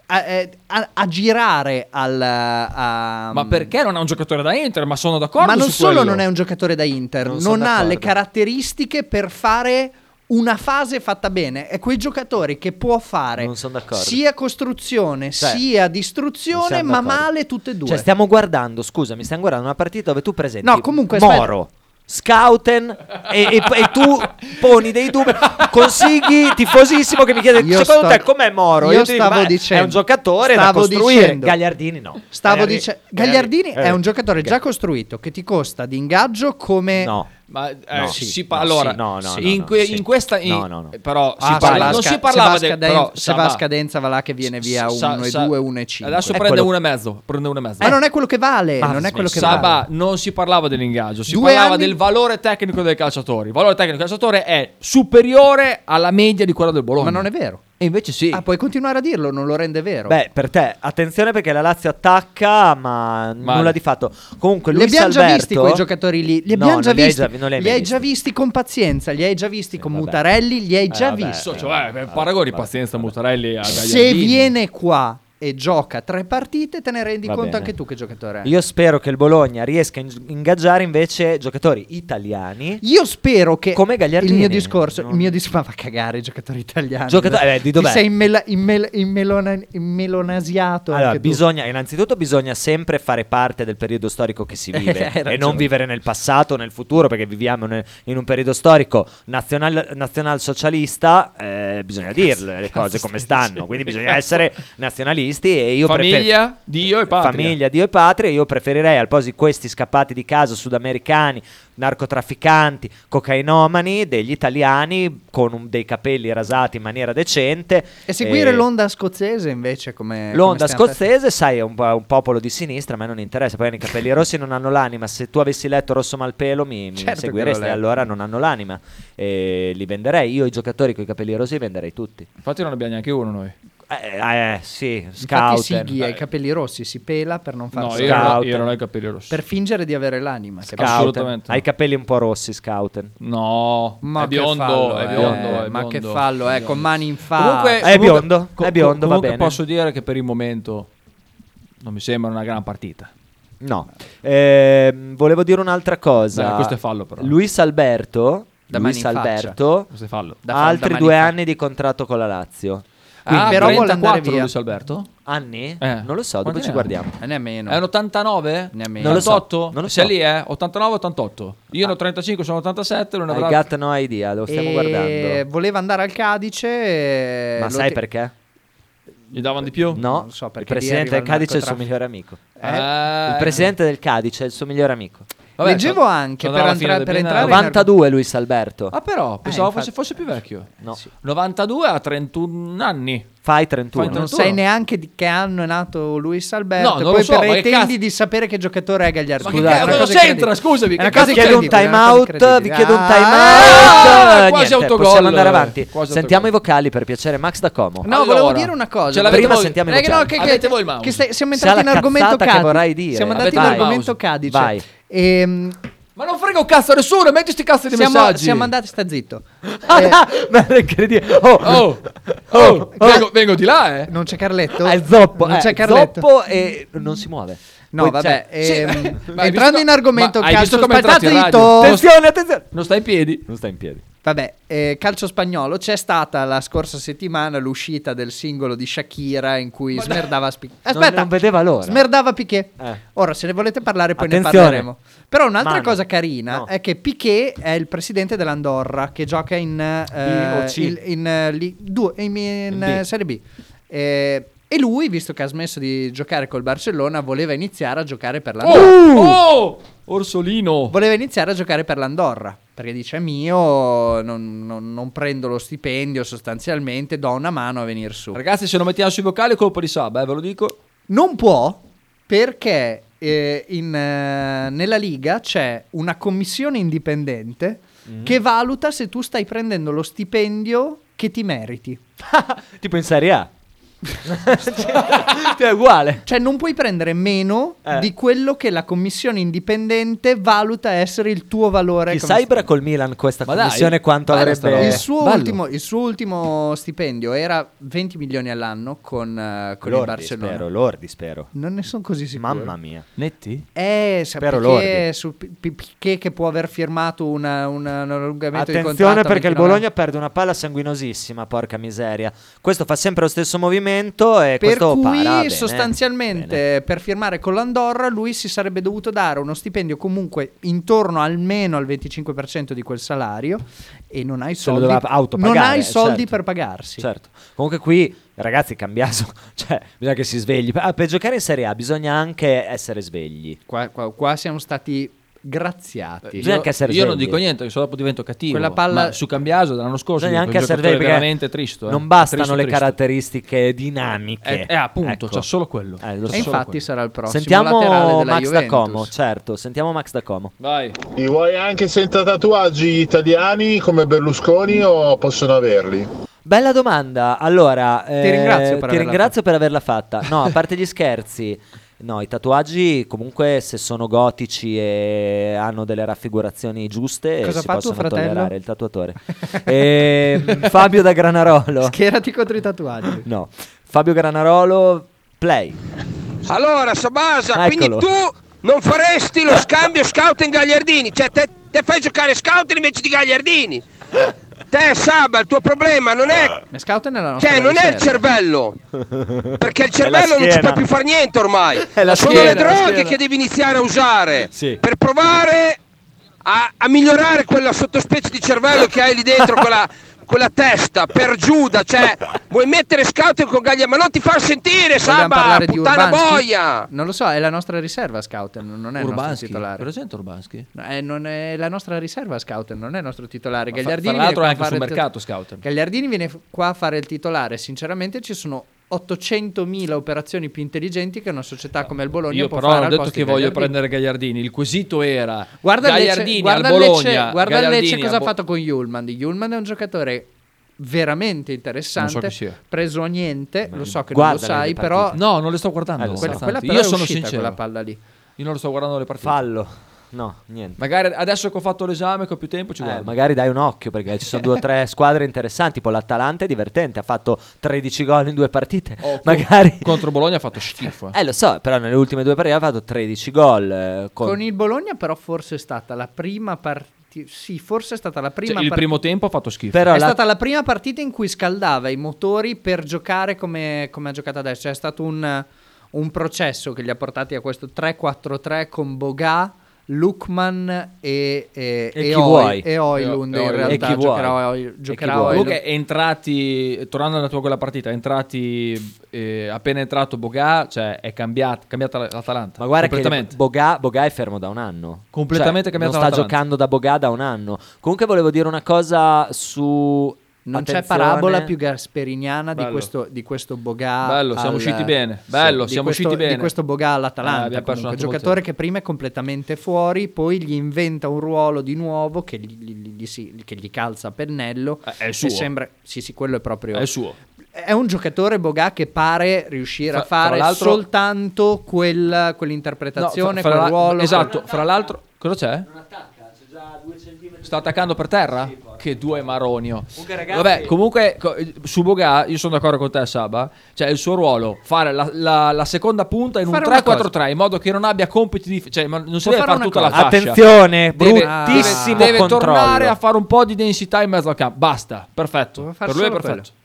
Speaker 5: a, eh, a- a girare al a-
Speaker 4: Ma perché non è un giocatore da Inter? Ma sono d'accordo.
Speaker 5: ma non
Speaker 4: su
Speaker 5: solo
Speaker 4: quello.
Speaker 5: non è un giocatore da Inter,
Speaker 6: Non
Speaker 5: non,
Speaker 6: sono
Speaker 5: ha le
Speaker 6: d'accordo.
Speaker 5: caratteristiche per fare una fase fatta bene. È quei giocatori che può fare
Speaker 6: Non sono d'accordo.
Speaker 5: sia costruzione
Speaker 6: Cioè,
Speaker 5: sia
Speaker 6: Non
Speaker 5: distruzione,
Speaker 6: siamo
Speaker 5: ma
Speaker 6: d'accordo.
Speaker 5: male tutte e due.
Speaker 6: Cioè, stiamo guardando, scusami, stiamo guardando una partita dove tu presenti
Speaker 5: No, comunque, aspetta.
Speaker 6: Moro, Scouten e, e- e tu poni dei dubbi, consigli tifosissimo che mi chiede
Speaker 5: Io
Speaker 6: secondo
Speaker 5: sto-
Speaker 6: te com'è Moro?
Speaker 5: io
Speaker 6: ti dico,
Speaker 5: stavo
Speaker 6: "Beh,
Speaker 5: dicendo-
Speaker 6: è un giocatore da
Speaker 5: stavo
Speaker 6: costruire,
Speaker 5: dicendo-
Speaker 6: Gagliardini no.
Speaker 5: Stavo
Speaker 6: Gagliardini- eh,
Speaker 5: dicendo, Gagliardini è un giocatore già
Speaker 6: Gagliardini-
Speaker 5: costruito che ti costa di ingaggio come
Speaker 6: No.
Speaker 4: Ma eh,
Speaker 6: No,
Speaker 4: si
Speaker 6: sì,
Speaker 4: pa-
Speaker 6: no,
Speaker 4: allora,
Speaker 6: sì, no, no,
Speaker 4: in,
Speaker 6: no,
Speaker 4: que-
Speaker 6: sì.
Speaker 4: in questa. in-
Speaker 6: No, no, no.
Speaker 4: Però
Speaker 5: Ah,
Speaker 4: si parla-
Speaker 5: se va a
Speaker 4: non
Speaker 5: sca-
Speaker 4: si
Speaker 5: se va
Speaker 4: parlava
Speaker 5: a
Speaker 4: del.
Speaker 5: scaden-
Speaker 4: però,
Speaker 5: se
Speaker 4: sa-
Speaker 5: va a
Speaker 4: va.
Speaker 5: scadenza va là che viene via
Speaker 4: Sa-
Speaker 5: 1 e
Speaker 4: sa-
Speaker 5: 2 1 e 5.
Speaker 4: Adesso
Speaker 6: È
Speaker 4: prende
Speaker 6: quello.
Speaker 4: uno e mezzo. Prende uno e mezzo.
Speaker 5: ma Eh, non è quello che vale,
Speaker 6: Ma
Speaker 5: non è quello che
Speaker 4: Sabà
Speaker 5: vale.
Speaker 4: non si parlava dell'ingaggio, si
Speaker 5: Due
Speaker 4: parlava
Speaker 5: anni-
Speaker 4: del valore tecnico dei calciatori. Il valore tecnico del calciatore è superiore alla media di quella del Bologna.
Speaker 5: Ma non è vero.
Speaker 4: E invece sì.
Speaker 5: Ah, puoi continuare a dirlo, non lo rende vero.
Speaker 6: Eh, Beh, per te, attenzione perché la Lazio attacca, ma
Speaker 4: Ma-
Speaker 6: nulla di fatto. Comunque,
Speaker 5: li
Speaker 6: Luis
Speaker 5: abbiamo già visti
Speaker 6: Alberto-
Speaker 5: quei giocatori lì. Li
Speaker 6: No,
Speaker 5: abbiamo
Speaker 6: non
Speaker 5: già
Speaker 6: li hai
Speaker 5: visti.
Speaker 6: già- non li hai
Speaker 5: li
Speaker 6: mai
Speaker 5: hai già visti con pazienza. Li hai già visti con
Speaker 6: vabbè.
Speaker 5: Mutarelli. Li hai
Speaker 6: Eh,
Speaker 5: già
Speaker 6: vabbè.
Speaker 5: visti.
Speaker 4: So,
Speaker 6: eh,
Speaker 4: cioè,
Speaker 6: vabbè,
Speaker 4: eh, paragoni
Speaker 6: vabbè,
Speaker 4: pazienza
Speaker 6: vabbè.
Speaker 4: Mutarelli a
Speaker 5: Se
Speaker 4: Gagliardini.
Speaker 5: viene qua e gioca tre partite, te ne rendi
Speaker 6: Va
Speaker 5: conto
Speaker 6: bene.
Speaker 5: anche tu che giocatore è.
Speaker 6: Io spero che il Bologna riesca a in- ingaggiare invece giocatori italiani.
Speaker 5: Io spero che
Speaker 6: Come Gagliardini.
Speaker 5: il mio discorso,
Speaker 6: Non-
Speaker 5: il mio dis- ma va a cagare i giocatori italiani.
Speaker 6: Giocatori- eh, di
Speaker 5: Ti
Speaker 6: dov'è?
Speaker 5: sei immela- immel- immelona- immelonasiato
Speaker 6: Allora,
Speaker 5: anche tu.
Speaker 6: bisogna, innanzitutto bisogna sempre fare parte del periodo storico che si vive
Speaker 5: Eh, Hai
Speaker 6: e
Speaker 5: ragione.
Speaker 6: non vivere nel passato o nel futuro perché viviamo ne- in un periodo storico nazional, nazionalsocialista, eh, bisogna dirle le cose come stanno, quindi bisogna essere nazionalisti e io prefer-
Speaker 4: Famiglia, Dio e patria.
Speaker 6: famiglia, Dio e patria, io preferirei al posto di questi scappati di casa sudamericani, narcotrafficanti, cocainomani, degli italiani con un- dei capelli rasati in maniera decente.
Speaker 5: E seguire
Speaker 6: eh,
Speaker 5: l'onda scozzese invece come
Speaker 6: L'onda
Speaker 5: come stiamo facendo.
Speaker 6: scozzese, sai, è un, po- un popolo di sinistra, ma non interessa. Poi hanno i capelli rossi non hanno l'anima. Se tu avessi letto Rosso Malpelo mi, mi
Speaker 5: Certo che
Speaker 6: seguiresti,
Speaker 5: l'ho letto.
Speaker 6: allora non hanno l'anima. E li venderei. Io i giocatori con i capelli rossi li venderei tutti.
Speaker 4: Infatti non abbiamo neanche uno noi.
Speaker 6: Eh, eh, sì,
Speaker 5: Infatti
Speaker 6: scouten.
Speaker 5: Sighi ha i capelli rossi, si pela per non
Speaker 4: No,
Speaker 5: farsi
Speaker 4: io, non ho-
Speaker 6: Scouten.
Speaker 4: io non ho i capelli rossi.
Speaker 5: per fingere di avere l'anima. capito?
Speaker 6: Scouten.
Speaker 4: Assolutamente no.
Speaker 6: Hai i capelli un po' rossi, scouten.
Speaker 4: No,
Speaker 5: Ma
Speaker 4: è
Speaker 5: che
Speaker 4: biondo,
Speaker 5: fallo,
Speaker 4: è
Speaker 5: eh,
Speaker 4: biondo, è
Speaker 5: ma
Speaker 4: biondo.
Speaker 5: che fallo, eh, Ah, con mani in fa.
Speaker 4: Comunque,
Speaker 6: È
Speaker 4: comunque-
Speaker 6: biondo, è biondo, va
Speaker 4: comunque
Speaker 6: bene.
Speaker 4: posso dire che per il momento non mi sembra una gran partita.
Speaker 6: No,
Speaker 5: Eh.
Speaker 6: Ehm, volevo dire un'altra cosa.
Speaker 4: Beh, questo è fallo, però.
Speaker 6: Luis Alberto,
Speaker 5: Da
Speaker 6: Luis
Speaker 5: mani in
Speaker 6: Alberto
Speaker 4: Questo è fallo.
Speaker 5: Da
Speaker 6: ha
Speaker 5: fa-
Speaker 6: altri
Speaker 5: da
Speaker 6: due
Speaker 5: mani fa.
Speaker 6: anni di contratto con la Lazio.
Speaker 5: Quindi-
Speaker 4: ah,
Speaker 5: però vuole andare
Speaker 4: 34
Speaker 5: via.
Speaker 4: Luis Alberto?
Speaker 6: Anni?
Speaker 4: Eh,
Speaker 6: Non lo so, dopo
Speaker 4: quanti
Speaker 6: ci
Speaker 4: ne ha?
Speaker 6: guardiamo.
Speaker 5: Eh, nemmeno.
Speaker 4: È un 89?
Speaker 5: Ne ha meno.
Speaker 6: Non lo so,
Speaker 4: 88?
Speaker 6: non lo so.
Speaker 4: Sei lì, eh? 89-88. Io ne ho 35, sono 87, non
Speaker 6: I
Speaker 4: avrà...
Speaker 6: got no idea, lo stiamo
Speaker 5: E
Speaker 6: guardando.
Speaker 5: Voleva andare al Cadice. eh,
Speaker 6: Ma
Speaker 5: lo
Speaker 6: sai
Speaker 5: ti-
Speaker 6: perché?
Speaker 4: Gli davano di più?
Speaker 6: No,
Speaker 5: lo so,
Speaker 6: il
Speaker 5: perché lì
Speaker 6: presidente
Speaker 5: arriva
Speaker 6: del
Speaker 5: il
Speaker 6: Cadice è il suo
Speaker 5: narcotraffico.
Speaker 6: migliore amico.
Speaker 4: Eh,
Speaker 6: il presidente del Cadice è il suo migliore amico.
Speaker 4: Vabbè,
Speaker 5: Leggevo
Speaker 4: sono-
Speaker 5: anche
Speaker 4: sono
Speaker 5: per,
Speaker 4: alla fine
Speaker 5: entra-
Speaker 4: del
Speaker 5: per
Speaker 4: biennale.
Speaker 5: entrare. in
Speaker 6: 92 Luis Alberto.
Speaker 4: Ah, però, pensavo
Speaker 5: infatti.
Speaker 4: fosse, fosse più vecchio.
Speaker 6: No.
Speaker 4: Sì. 92 a 31 anni.
Speaker 6: Fai
Speaker 4: Fai
Speaker 6: 31.
Speaker 5: Non
Speaker 4: 31.
Speaker 5: sai neanche di che anno è nato Luis Alberto.
Speaker 4: No, non lo
Speaker 5: poi
Speaker 4: so, ma che
Speaker 5: pretendi
Speaker 4: cazzo-
Speaker 5: di sapere che giocatore è Gagliardini.
Speaker 4: Ma
Speaker 6: che
Speaker 5: è
Speaker 6: cazzo
Speaker 5: una cosa
Speaker 4: c'entra?
Speaker 5: incredibile.
Speaker 4: Scusami,
Speaker 5: È una
Speaker 4: che
Speaker 5: cosa
Speaker 6: Vi chiedo un
Speaker 5: incredibile,
Speaker 6: time
Speaker 5: è una cosa
Speaker 6: out, vi
Speaker 5: incredibile.
Speaker 6: chiedo un
Speaker 5: Ah,
Speaker 6: time
Speaker 4: Ah,
Speaker 6: out.
Speaker 4: quasi
Speaker 6: Niente,
Speaker 4: autogol.
Speaker 6: possiamo andare avanti.
Speaker 4: Quasi
Speaker 6: Sentiamo
Speaker 4: autogol.
Speaker 6: i vocali per piacere. Max da Como.
Speaker 5: No,
Speaker 4: Allora,
Speaker 5: volevo dire una cosa.
Speaker 4: ce l'avete
Speaker 6: Prima
Speaker 4: voi?
Speaker 6: sentiamo i
Speaker 5: Eh, che
Speaker 6: vocali.
Speaker 5: no, che, che-
Speaker 4: Avete voi il mouse.
Speaker 5: che stai- siamo
Speaker 6: Sa
Speaker 5: entrati in
Speaker 6: la
Speaker 5: argomento
Speaker 6: cazzata che
Speaker 5: Cadice.
Speaker 6: vorrai dire.
Speaker 5: Siamo andati
Speaker 4: Avete
Speaker 5: in
Speaker 4: il
Speaker 5: argomento
Speaker 4: mouse.
Speaker 5: Cadice.
Speaker 6: Vai.
Speaker 5: Ehm,
Speaker 4: Ma non frega un cazzo a nessuno, metti sti cazzo di
Speaker 5: siamo,
Speaker 4: messaggi.
Speaker 5: siamo andati, sta zitto. Eh,
Speaker 6: Ah, ma è incredibile. Oh,
Speaker 4: Oh, oh, vengo, vengo di là, eh.
Speaker 5: non c'è Carletto?
Speaker 6: è zoppo.
Speaker 5: Non
Speaker 6: eh,
Speaker 5: c'è Carletto?
Speaker 6: zoppo e non si muove.
Speaker 5: No,
Speaker 6: Poi
Speaker 5: vabbè.
Speaker 6: c'è-
Speaker 4: cioè, sì,
Speaker 5: ehm,
Speaker 4: ma hai
Speaker 5: entrando
Speaker 4: visto-
Speaker 5: in argomento
Speaker 4: ma hai
Speaker 5: calcio
Speaker 4: visto come è
Speaker 5: spa-
Speaker 4: entrato in
Speaker 5: zitto!
Speaker 4: radio?
Speaker 6: Attenzione, attenzione.
Speaker 4: Non sta in piedi.
Speaker 6: Non sta in piedi.
Speaker 5: Vabbè, eh, calcio spagnolo c'è stata la scorsa settimana l'uscita del singolo di Shakira in cui smerdava Spi- Aspetta,
Speaker 6: non vedeva l'ora.
Speaker 5: Smerdava Piquet.
Speaker 6: Eh.
Speaker 5: Ora se ne volete parlare poi ne
Speaker 6: Attenzione.
Speaker 5: parleremo. Però un'altra
Speaker 6: Mano.
Speaker 5: cosa carina
Speaker 6: No.
Speaker 5: è che Piquet è il presidente dell'Andorra che gioca in eh,
Speaker 6: B o C?
Speaker 5: il- in, eh, li- due- in- in,
Speaker 6: In
Speaker 5: eh,
Speaker 6: B.
Speaker 5: Serie B. Eh, e lui, visto che ha smesso di giocare col Barcellona, voleva iniziare a giocare per l'Andorra.
Speaker 4: Oh, oh, Orsolino.
Speaker 5: Voleva iniziare a giocare per l'Andorra. Perché dice è mio, non, non- non prendo lo stipendio sostanzialmente, do una mano a venire su.
Speaker 4: Ragazzi, se non mettiamo sui vocali, colpo di sub, eh, ve lo dico.
Speaker 5: Non può perché eh, in, eh, nella liga c'è una commissione indipendente che valuta se tu stai prendendo lo stipendio che ti meriti.
Speaker 6: tipo in Serie A. cioè, è uguale.
Speaker 5: Cioè non puoi prendere meno
Speaker 6: Eh.
Speaker 5: di quello che la commissione indipendente valuta essere il tuo valore.
Speaker 6: Chissà
Speaker 5: come
Speaker 6: Ibra col Milan questa
Speaker 4: Ma dai,
Speaker 6: commissione quanto
Speaker 4: bella sta
Speaker 6: avrebbe...
Speaker 4: roba.
Speaker 5: Il suo,
Speaker 4: Bello.
Speaker 5: ultimo, il suo ultimo stipendio era 20 milioni all'anno con, eh, con il
Speaker 6: Lordi,
Speaker 5: Barcellona.
Speaker 6: spero, Lordi, spero.
Speaker 5: Non ne sono così sicuro.
Speaker 6: Mamma mia.
Speaker 4: Netti?
Speaker 5: Eh, sa-
Speaker 6: Spero
Speaker 5: Piqué, su P- P- Piqué che può aver firmato una- una- un allungamento di contratto.
Speaker 6: Attenzione
Speaker 5: a
Speaker 6: perché il
Speaker 5: 29
Speaker 6: Bologna perde una palla sanguinosissima, porca miseria. Questo fa sempre lo stesso movimento e
Speaker 5: Per
Speaker 6: questo
Speaker 5: cui
Speaker 6: para, bene, eh.
Speaker 5: sostanzialmente
Speaker 6: bene.
Speaker 5: per firmare con l'Andorra lui si sarebbe dovuto dare uno stipendio comunque intorno almeno al 25% di quel salario e non hai soldi,
Speaker 6: doveva autopagare,
Speaker 5: non hai soldi
Speaker 6: certo.
Speaker 5: per pagarsi.
Speaker 6: Certo. Comunque qui, ragazzi, cambiaso. Cioè, bisogna che si svegli. Ah, per giocare in Serie A bisogna anche essere svegli.
Speaker 5: Qua, qua- qua siamo stati graziati.
Speaker 6: Bisogna anche essere
Speaker 4: Io non
Speaker 6: svegli.
Speaker 4: dico niente, perché solo dopo divento cattivo.
Speaker 5: Quella palla-
Speaker 4: Ma su Cambiaso dell'anno scorso
Speaker 6: Bisogna
Speaker 4: è
Speaker 6: anche essere svegli perché
Speaker 4: veramente triste.
Speaker 6: non bastano le caratteristiche dinamiche.
Speaker 4: Eh, eh, appunto,
Speaker 6: Ecco.
Speaker 4: c'è solo quello.
Speaker 6: Eh, lo
Speaker 4: C'è
Speaker 5: E
Speaker 4: solo
Speaker 6: so.
Speaker 5: infatti
Speaker 4: quello.
Speaker 5: sarà il prossimo laterale
Speaker 6: Sentiamo
Speaker 5: della
Speaker 6: Max da
Speaker 5: Juventus.
Speaker 6: Como, certo, sentiamo Max da Como.
Speaker 4: Vai.
Speaker 6: Eh,
Speaker 2: Li vuoi anche senza tatuaggi italiani come Berlusconi o possono averli?
Speaker 6: Bella domanda. Allora, eh,
Speaker 5: ringrazio per
Speaker 6: ti
Speaker 5: averla
Speaker 6: ringrazio per averla fatta. No, a parte gli scherzi. No, i tatuaggi comunque se sono gotici e hanno delle raffigurazioni giuste
Speaker 5: Cosa
Speaker 6: si
Speaker 5: fa tuo
Speaker 6: possono
Speaker 5: fratello?
Speaker 6: tollerare il tatuatore. Ehm, Fabio da Granarolo.
Speaker 5: Schierati contro i tatuaggi.
Speaker 6: No. Fabio Granarolo play.
Speaker 7: Allora, Sabasa,
Speaker 6: Eccolo.
Speaker 7: quindi tu non faresti lo scambio Scouten-Gagliardini? Cioè, te, te fai giocare Scouten invece di Gagliardini? Te, Saba, il tuo problema non è...
Speaker 5: Ma Scout è nella nostra
Speaker 7: Cioè, non è il
Speaker 5: riserva.
Speaker 7: cervello, perché il
Speaker 6: la
Speaker 7: cervello non ci
Speaker 6: schiena.
Speaker 7: può più fare niente ormai.
Speaker 6: È la
Speaker 7: Sono
Speaker 6: schiena,
Speaker 7: le
Speaker 6: la
Speaker 7: droghe
Speaker 6: schiena.
Speaker 7: che devi iniziare a usare
Speaker 6: Sì.
Speaker 7: per provare a, a migliorare quella sottospecie di cervello che hai lì dentro, quella, quella testa per Giuda. Cioè, vuoi mettere scout con Gaglia, ma non ti far sentire,
Speaker 5: Vogliamo
Speaker 7: Saba,
Speaker 5: parlare di
Speaker 7: puttana
Speaker 5: Urbanski?
Speaker 7: boia.
Speaker 5: Non lo so, è la nostra riserva Scout, non è
Speaker 4: Urbanski.
Speaker 5: il nostro
Speaker 4: Hai
Speaker 5: titolare.
Speaker 4: presente Urbanski?
Speaker 5: No, eh, non è la nostra riserva Scouten, non è il nostro titolare.
Speaker 4: Ma fa-
Speaker 5: Gagliardini
Speaker 4: fra l'altro
Speaker 5: viene
Speaker 4: è
Speaker 5: qua a
Speaker 4: anche sul
Speaker 5: fare il
Speaker 4: mercato
Speaker 5: tit-
Speaker 4: Scouten.
Speaker 5: Gagliardini viene f- qua a fare il titolare. Sinceramente, ci sono 800.000 operazioni più intelligenti che una società come il Bologna
Speaker 4: Io
Speaker 5: può
Speaker 4: però
Speaker 5: fare. al
Speaker 4: non ho detto
Speaker 5: posto
Speaker 4: che
Speaker 5: di
Speaker 4: voglio
Speaker 5: Gagliardini.
Speaker 4: prendere Gagliardini. Il quesito era
Speaker 5: Guarda il
Speaker 4: Gagliardini
Speaker 5: Lecce,
Speaker 4: al
Speaker 5: guarda il
Speaker 4: Bologna.
Speaker 5: Lecce- guarda il
Speaker 4: Gagliardini
Speaker 5: Lecce cosa
Speaker 4: a
Speaker 5: ha
Speaker 4: Bo-
Speaker 5: fatto con Yulman. Yulman è un giocatore veramente
Speaker 4: Non so
Speaker 5: interessante,
Speaker 4: chi sia.
Speaker 5: preso a niente, lo so che non
Speaker 6: Guarda
Speaker 5: lo sai,
Speaker 6: le partite.
Speaker 5: però
Speaker 4: No, non le sto guardando.
Speaker 6: Eh, lo so.
Speaker 5: quella, quella
Speaker 4: abbastanza.
Speaker 5: però
Speaker 4: Io
Speaker 5: è
Speaker 4: sono
Speaker 5: uscita
Speaker 4: sincero.
Speaker 5: quella palla lì.
Speaker 4: Io non le sto guardando le partite.
Speaker 6: Fallo. No, niente.
Speaker 4: Magari adesso che ho fatto l'esame, che ho più tempo, ci
Speaker 6: Eh,
Speaker 4: guardo.
Speaker 6: magari dai un occhio perché ci sono due o tre squadre interessanti. Tipo l'Atalanta è divertente, ha fatto 13 gol in due partite.
Speaker 4: Oh, co-
Speaker 6: magari.
Speaker 4: Contro Bologna ha fatto schifo. eh.
Speaker 6: Eh, lo so, però nelle ultime due partite ha fatto 13 gol. eh, con-
Speaker 5: Con il Bologna, però, forse è stata la prima partita. Sì, forse è stata la prima
Speaker 4: Cioè, il
Speaker 5: partita.
Speaker 4: primo tempo ha fatto schifo.
Speaker 6: Però
Speaker 5: è
Speaker 6: la-
Speaker 5: stata la prima partita in cui scaldava i motori per giocare come, come ha giocato adesso. Cioè, è stato un, un processo che li ha portati a questo 3-4-3 con Bogà, Lukman e, e,
Speaker 6: E chi
Speaker 5: Oil-
Speaker 6: vuoi.
Speaker 5: e Oilund.
Speaker 4: E- e
Speaker 5: in
Speaker 4: Oilund.
Speaker 5: realtà
Speaker 6: E chi vuoi.
Speaker 5: giocherà,
Speaker 6: E
Speaker 5: Oil-
Speaker 6: chi
Speaker 5: giocherà
Speaker 6: vuoi.
Speaker 5: Oilund.
Speaker 4: Comunque è entrati, tornando alla tua quella partita, è entrati eh, appena entrato Bogà, cioè è cambiata, cambiata l- l'Atalanta.
Speaker 6: Ma guarda che
Speaker 4: completamente.
Speaker 6: Bogà, Bogà è fermo da un anno.
Speaker 4: Completamente
Speaker 6: Cioè,
Speaker 4: cambiato
Speaker 6: Non sta
Speaker 4: l'Atalanta.
Speaker 6: giocando da Bogà da un anno. Comunque volevo dire una cosa su.
Speaker 5: Non c'è
Speaker 6: attenzione.
Speaker 5: parabola più gasperiniana di
Speaker 4: Bello.
Speaker 5: questo, di questo Bogà.
Speaker 4: Bello, siamo
Speaker 5: al-
Speaker 4: usciti bene. Bello,
Speaker 5: di
Speaker 4: siamo
Speaker 5: questo-
Speaker 4: usciti bene.
Speaker 5: Di questo Bogà
Speaker 4: Eh,
Speaker 5: all'Atalanta.
Speaker 4: abbiamo perso
Speaker 5: comunque.
Speaker 4: un
Speaker 5: un
Speaker 4: altro
Speaker 5: giocatore
Speaker 4: volto.
Speaker 5: che prima è completamente fuori, poi gli inventa un ruolo di nuovo che gli, gli- gli- gli si- che gli calza a pennello.
Speaker 4: Eh, è il
Speaker 5: E
Speaker 4: suo.
Speaker 5: sembra- sì, sì, quello è proprio.
Speaker 4: È il suo.
Speaker 5: È un giocatore Bogà che pare riuscire a
Speaker 4: Fra- fra
Speaker 5: fare
Speaker 4: l'altro-
Speaker 5: soltanto quel-
Speaker 4: No,
Speaker 5: quell'interpretazione,
Speaker 4: fra- fra
Speaker 5: quel
Speaker 4: la-
Speaker 5: ruolo.
Speaker 4: Esatto, fra l'altro, cosa c'è? Sta attaccando per terra? che due Maronio. Vabbè, comunque co- su Bogà io sono d'accordo con te Saba, cioè il suo ruolo fare la, la- la seconda punta in un
Speaker 5: Fare una
Speaker 4: 3-4-3 in modo che non abbia compiti di cioè ma non si
Speaker 5: Può
Speaker 4: deve
Speaker 5: fare una
Speaker 4: fare tutta
Speaker 5: cosa.
Speaker 4: la fascia.
Speaker 6: Attenzione,
Speaker 4: Deve-
Speaker 6: bruttissimo
Speaker 4: deve, deve
Speaker 6: controllo.
Speaker 4: tornare a fare un po' di densità in mezzo al campo. Basta, perfetto.
Speaker 5: Doveva
Speaker 4: Per
Speaker 5: far
Speaker 4: lui è
Speaker 5: solo
Speaker 4: perfetto.
Speaker 5: quello.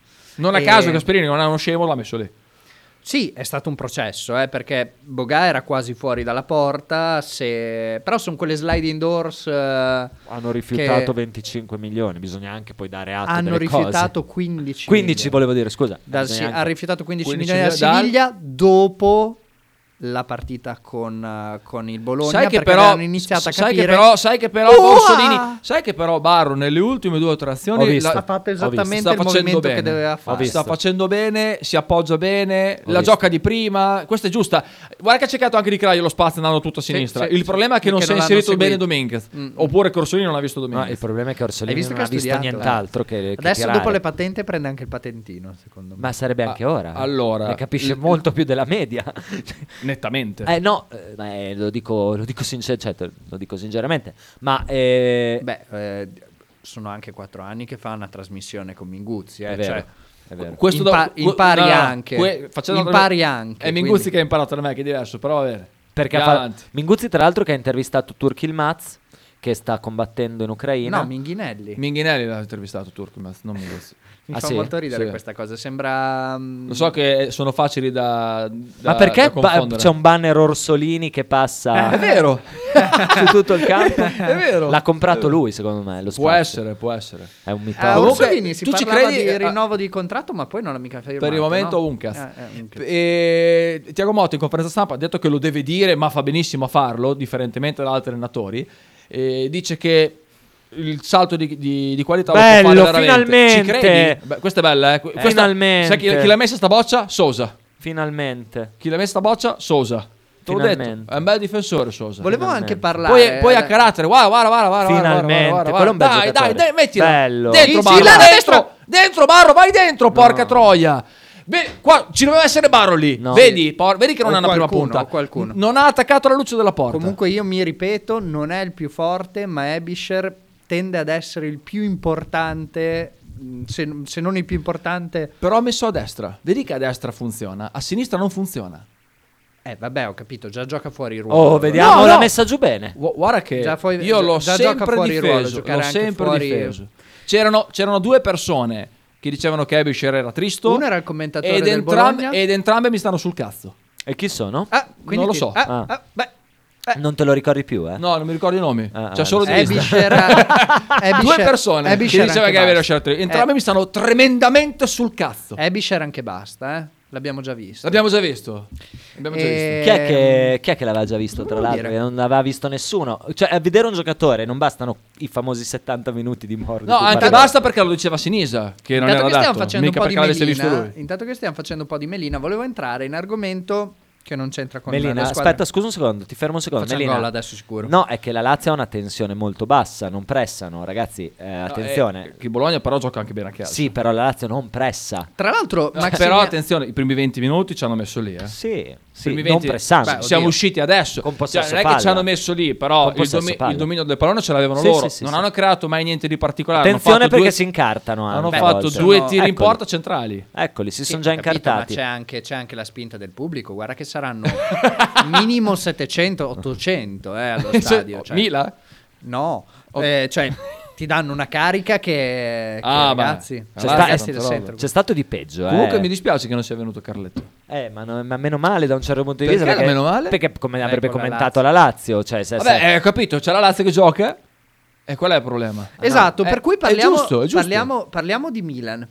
Speaker 4: Non a
Speaker 5: E-
Speaker 4: caso Gasperini non è uno scemo, l'ha messo lì.
Speaker 5: Sì, è stato un processo, eh, perché Bogà era quasi fuori dalla porta, se- però sono quelle sliding doors... eh,
Speaker 6: Hanno rifiutato
Speaker 5: che
Speaker 6: 25 milioni. Bisogna anche poi dare atto.
Speaker 5: hanno
Speaker 6: delle cose.
Speaker 5: rifiutato 15
Speaker 6: 15
Speaker 5: milioni.
Speaker 6: volevo dire, scusa.
Speaker 5: Dal
Speaker 6: Bisogna
Speaker 5: Si-
Speaker 6: anche-
Speaker 5: ha rifiutato 15,
Speaker 4: 15
Speaker 5: milioni da
Speaker 4: milioni dal-
Speaker 5: Siviglia dopo la partita con, eh, con il Bologna
Speaker 4: sai che
Speaker 5: perché
Speaker 4: però,
Speaker 5: avevano iniziato a
Speaker 4: sai
Speaker 5: capire
Speaker 4: che però, sai che però
Speaker 5: Uah!
Speaker 4: Orsolini, sai che però Barro nelle ultime due o tre azioni
Speaker 1: Ho visto.
Speaker 5: ha
Speaker 4: la-
Speaker 5: fatto
Speaker 1: Ho visto.
Speaker 5: esattamente
Speaker 4: sta
Speaker 5: il movimento
Speaker 4: facendo bene.
Speaker 5: che doveva
Speaker 4: Ho
Speaker 5: fare.
Speaker 4: visto. Sta facendo bene, si appoggia bene, la
Speaker 1: visto.
Speaker 4: gioca di prima, questa è giusta. Guarda che ha cercato anche di Craio lo spazio andando tutto a sinistra.
Speaker 5: sì,
Speaker 4: il
Speaker 5: sì,
Speaker 4: problema è che non si
Speaker 5: perché
Speaker 4: è
Speaker 5: non
Speaker 4: inserito
Speaker 5: l'hanno
Speaker 4: bene
Speaker 5: seguito.
Speaker 4: Dominguez,
Speaker 5: Mm.
Speaker 4: oppure Corsoni non ha visto
Speaker 6: No, il
Speaker 4: Dominguez.
Speaker 6: problema è che Orsolini
Speaker 5: Hai visto
Speaker 6: non
Speaker 5: che
Speaker 6: ha
Speaker 5: ha
Speaker 6: visto
Speaker 5: studiato,
Speaker 6: nient'altro che, che
Speaker 5: Adesso
Speaker 6: tirare.
Speaker 5: dopo le patente prende anche il patentino, secondo me.
Speaker 6: Ma sarebbe anche
Speaker 4: Ah,
Speaker 6: ora.
Speaker 4: allora,
Speaker 6: Ne capisce
Speaker 4: l-
Speaker 6: molto più della media.
Speaker 5: Certo.
Speaker 4: Nettamente.
Speaker 6: eh no, eh, ma, eh, lo dico, lo dico sincer- cioè, te- lo dico sinceramente, ma eh,
Speaker 5: Beh, eh, sono anche quattro anni che fa una trasmissione con Minguzzi, eh,
Speaker 6: è vero,
Speaker 5: cioè,
Speaker 6: è vero.
Speaker 4: Questo da-
Speaker 5: Impa-
Speaker 4: que-
Speaker 5: impari
Speaker 4: no, no,
Speaker 5: anche.
Speaker 4: facendo-
Speaker 5: Impari anche,
Speaker 4: È Minguzzi
Speaker 5: quindi-
Speaker 4: che ha imparato da me, che è diverso, però va bene.
Speaker 6: Perché ha fa-
Speaker 4: Avanti.
Speaker 6: Minguzzi tra l'altro che ha intervistato Turkil Maz che sta combattendo in Ucraina.
Speaker 5: no, Minghinelli.
Speaker 4: Minghinelli l'ha intervistato Turkmaz, non Minguzzi.
Speaker 5: Mi
Speaker 6: Ah,
Speaker 5: fa
Speaker 6: sì?
Speaker 5: molto ridere
Speaker 4: Sì.
Speaker 5: questa cosa, sembra... mm,
Speaker 4: Lo so che sono facili da,
Speaker 6: Ma
Speaker 4: da- da
Speaker 6: perché pa-
Speaker 4: confondere.
Speaker 6: c'è un banner Orsolini che
Speaker 5: Eh,
Speaker 6: passa
Speaker 4: È vero.
Speaker 6: su tutto il campo?
Speaker 4: È vero.
Speaker 6: L'ha comprato lui, secondo me. Lo
Speaker 4: Può
Speaker 6: spazio.
Speaker 4: essere, Eh, può essere.
Speaker 6: È un
Speaker 5: Ah,
Speaker 6: mito.
Speaker 4: Comunque,
Speaker 5: Orsolini si
Speaker 4: tu ci
Speaker 5: parlava
Speaker 4: credi-
Speaker 5: di
Speaker 4: ah.
Speaker 5: rinnovo di contratto, ma poi non l'ha mica firmato.
Speaker 4: Per il momento
Speaker 5: no?
Speaker 4: Uncas.
Speaker 5: Eh, eh, Uncas.
Speaker 4: E Tiago Motta in conferenza stampa ha detto che lo deve dire, ma fa benissimo a farlo, differentemente da altri allenatori. E dice che il salto di, di- di qualità lo
Speaker 6: Bello,
Speaker 4: può fare veramente.
Speaker 6: finalmente!
Speaker 4: Ci credi? Beh, questa è bella, eh. Qu- questa-
Speaker 6: Finalmente.
Speaker 4: sai chi, chi l'ha messa sta boccia? Sosa.
Speaker 6: Finalmente.
Speaker 4: Chi l'ha messa sta boccia? Sosa. Te l'ho detto,
Speaker 6: Finalmente.
Speaker 4: è un bel difensore Sosa.
Speaker 5: Volevo
Speaker 6: Finalmente.
Speaker 5: anche parlare... eh.
Speaker 4: Poi, poi a carattere, guarda, guarda, guarda, guarda, guarda,
Speaker 6: Finalmente,
Speaker 4: guarda, guarda,
Speaker 6: quello è un bel
Speaker 4: dai,
Speaker 6: giocatore.
Speaker 4: dai, dai, mettila.
Speaker 6: Bello.
Speaker 4: Dentro,
Speaker 5: Dici,
Speaker 4: Barro,
Speaker 5: là,
Speaker 4: dentro, dentro, Barro, vai dentro, porca troia. Beh, qua ci doveva essere Barro lì.
Speaker 6: No.
Speaker 4: Vedi, por- vedi che non
Speaker 5: O
Speaker 4: ha una prima
Speaker 5: qualcuno,
Speaker 4: punta.
Speaker 5: o qualcuno.
Speaker 4: N- Non ha attaccato la luce della porta.
Speaker 5: Comunque io mi ripeto, non è il più forte, ma Ebisher tende ad essere il più importante, mh, se, se non il più importante.
Speaker 4: Però ha messo a destra. Vedi che a destra funziona, a sinistra non funziona.
Speaker 5: Eh vabbè, ho capito, già gioca fuori ruolo.
Speaker 6: Oh, vediamo,
Speaker 4: No,
Speaker 6: l'ha
Speaker 4: no.
Speaker 6: messa giù bene.
Speaker 4: Gu- Guarda che
Speaker 5: Già fuori-
Speaker 4: io
Speaker 5: gi-
Speaker 4: l'ho
Speaker 5: già gioca
Speaker 4: sempre
Speaker 5: fuori ruolo,
Speaker 4: difeso,
Speaker 5: giocare
Speaker 4: l'ho
Speaker 5: anche
Speaker 4: sempre
Speaker 5: fuori-
Speaker 4: difeso. C'erano, c'erano due persone che dicevano che Ebisher era tristo.
Speaker 5: Uno era il commentatore
Speaker 4: ed
Speaker 5: del
Speaker 4: entram-
Speaker 5: Bologna.
Speaker 4: ed entrambe mi stanno sul cazzo.
Speaker 6: E chi sono?
Speaker 4: Eh,
Speaker 5: Ah, quindi
Speaker 4: Non lo
Speaker 5: ti-
Speaker 4: so.
Speaker 5: Ah,
Speaker 6: Ah.
Speaker 5: ah, beh. eh.
Speaker 6: Non te lo ricordi più, eh?
Speaker 4: No, non mi ricordo i nomi.
Speaker 6: Ah,
Speaker 4: C'è
Speaker 6: ah,
Speaker 4: solo di lista.
Speaker 5: Ebisher, Ebisher-
Speaker 4: Due persone
Speaker 5: Ebisher
Speaker 4: che diceva
Speaker 5: anche
Speaker 4: che aveva
Speaker 5: basta.
Speaker 4: lasciato. Entrambi mi stanno tremendamente sul cazzo.
Speaker 5: Eh, Ebisher anche basta, eh. L'abbiamo già visto.
Speaker 4: L'abbiamo già visto. L'abbiamo già
Speaker 5: E-
Speaker 6: Chi è,
Speaker 4: ehm,
Speaker 6: che, chi è che l'aveva già visto,
Speaker 5: Non
Speaker 6: tra
Speaker 5: lo
Speaker 6: l'altro?
Speaker 5: dire.
Speaker 6: Che non l'aveva visto nessuno. Cioè, a vedere un giocatore non bastano i famosi 70 minuti di morte.
Speaker 4: visto. No, anche basta perché lo diceva Sinisa. Che
Speaker 5: Intanto
Speaker 4: non era
Speaker 5: che stiamo
Speaker 4: adatto,
Speaker 5: facendo un
Speaker 4: mica
Speaker 5: po' di
Speaker 4: perché l'avesse visto
Speaker 5: melina,
Speaker 4: lui.
Speaker 5: intanto che stiamo facendo un po' di melina, volevo entrare in argomento che non c'entra con
Speaker 6: Melina,
Speaker 5: la squadra.
Speaker 6: aspetta, scusa un secondo, ti fermo un secondo.
Speaker 5: Facciamo
Speaker 6: Melina,
Speaker 5: gol adesso sicuro.
Speaker 6: No, è che la Lazio ha una tensione molto bassa, non pressano, ragazzi, eh, attenzione.
Speaker 4: No, eh, che Bologna però gioca anche bene a calcio.
Speaker 6: sì, però la Lazio non pressa.
Speaker 5: Tra l'altro,
Speaker 4: No,
Speaker 5: Maximiliano-
Speaker 4: però attenzione, i primi 20 minuti ci hanno messo lì. Eh.
Speaker 6: Sì, sì,
Speaker 4: Primi
Speaker 6: non
Speaker 4: 20
Speaker 6: pressando.
Speaker 4: Beh, siamo usciti adesso.
Speaker 6: Con
Speaker 4: Cioè,
Speaker 6: possesso
Speaker 4: non è che
Speaker 6: palla.
Speaker 4: ci hanno messo lì, però
Speaker 6: Con
Speaker 4: il,
Speaker 6: possesso
Speaker 4: domi-
Speaker 6: palla.
Speaker 4: il dominio del pallone ce l'avevano
Speaker 6: Sì,
Speaker 4: loro.
Speaker 6: sì, sì,
Speaker 4: non
Speaker 6: sì.
Speaker 4: hanno creato mai niente di particolare. hanno
Speaker 6: Attenzione
Speaker 4: fatto
Speaker 6: perché
Speaker 4: due-
Speaker 6: si incartano.
Speaker 5: eh,
Speaker 4: Hanno
Speaker 6: anche a
Speaker 4: fatto
Speaker 5: cioè,
Speaker 6: volte.
Speaker 4: due tiri in
Speaker 6: Eccoli,
Speaker 5: ecco.
Speaker 4: porta centrali.
Speaker 6: Eccoli, si
Speaker 5: Sì,
Speaker 6: sono già
Speaker 5: ho capito,
Speaker 6: incartati.
Speaker 5: Ma c'è, anche, c'è anche la spinta del pubblico. Guarda che saranno minimo 700, 800 eh, allo
Speaker 4: Cioè,
Speaker 5: stadio. cioè.
Speaker 4: Mila? Oh.
Speaker 5: No, eh, cioè ti danno una carica che, che
Speaker 4: Ah, beh.
Speaker 5: ragazzi.
Speaker 4: C'è
Speaker 5: cioè,
Speaker 4: sta- eh,
Speaker 5: ragazzi
Speaker 4: tanta
Speaker 5: del
Speaker 4: roba.
Speaker 5: centro.
Speaker 6: C'è stato di peggio. eh.
Speaker 4: Comunque mi dispiace che non sia venuto Carletto.
Speaker 6: Eh, ma, no- ma meno male da un certo punto di
Speaker 4: Perché
Speaker 6: vista.
Speaker 4: meno male? Eh,
Speaker 6: Perché come avrebbe
Speaker 5: con la
Speaker 6: commentato la Lazio. Cioè, se, se-
Speaker 4: Vabbè, eh, ho capito, c'è la Lazio che gioca. E qual è il problema?
Speaker 5: Esatto,
Speaker 4: Eh,
Speaker 5: per
Speaker 4: è
Speaker 5: cui parliamo,
Speaker 4: giusto, è giusto.
Speaker 5: parliamo, parliamo di Milan.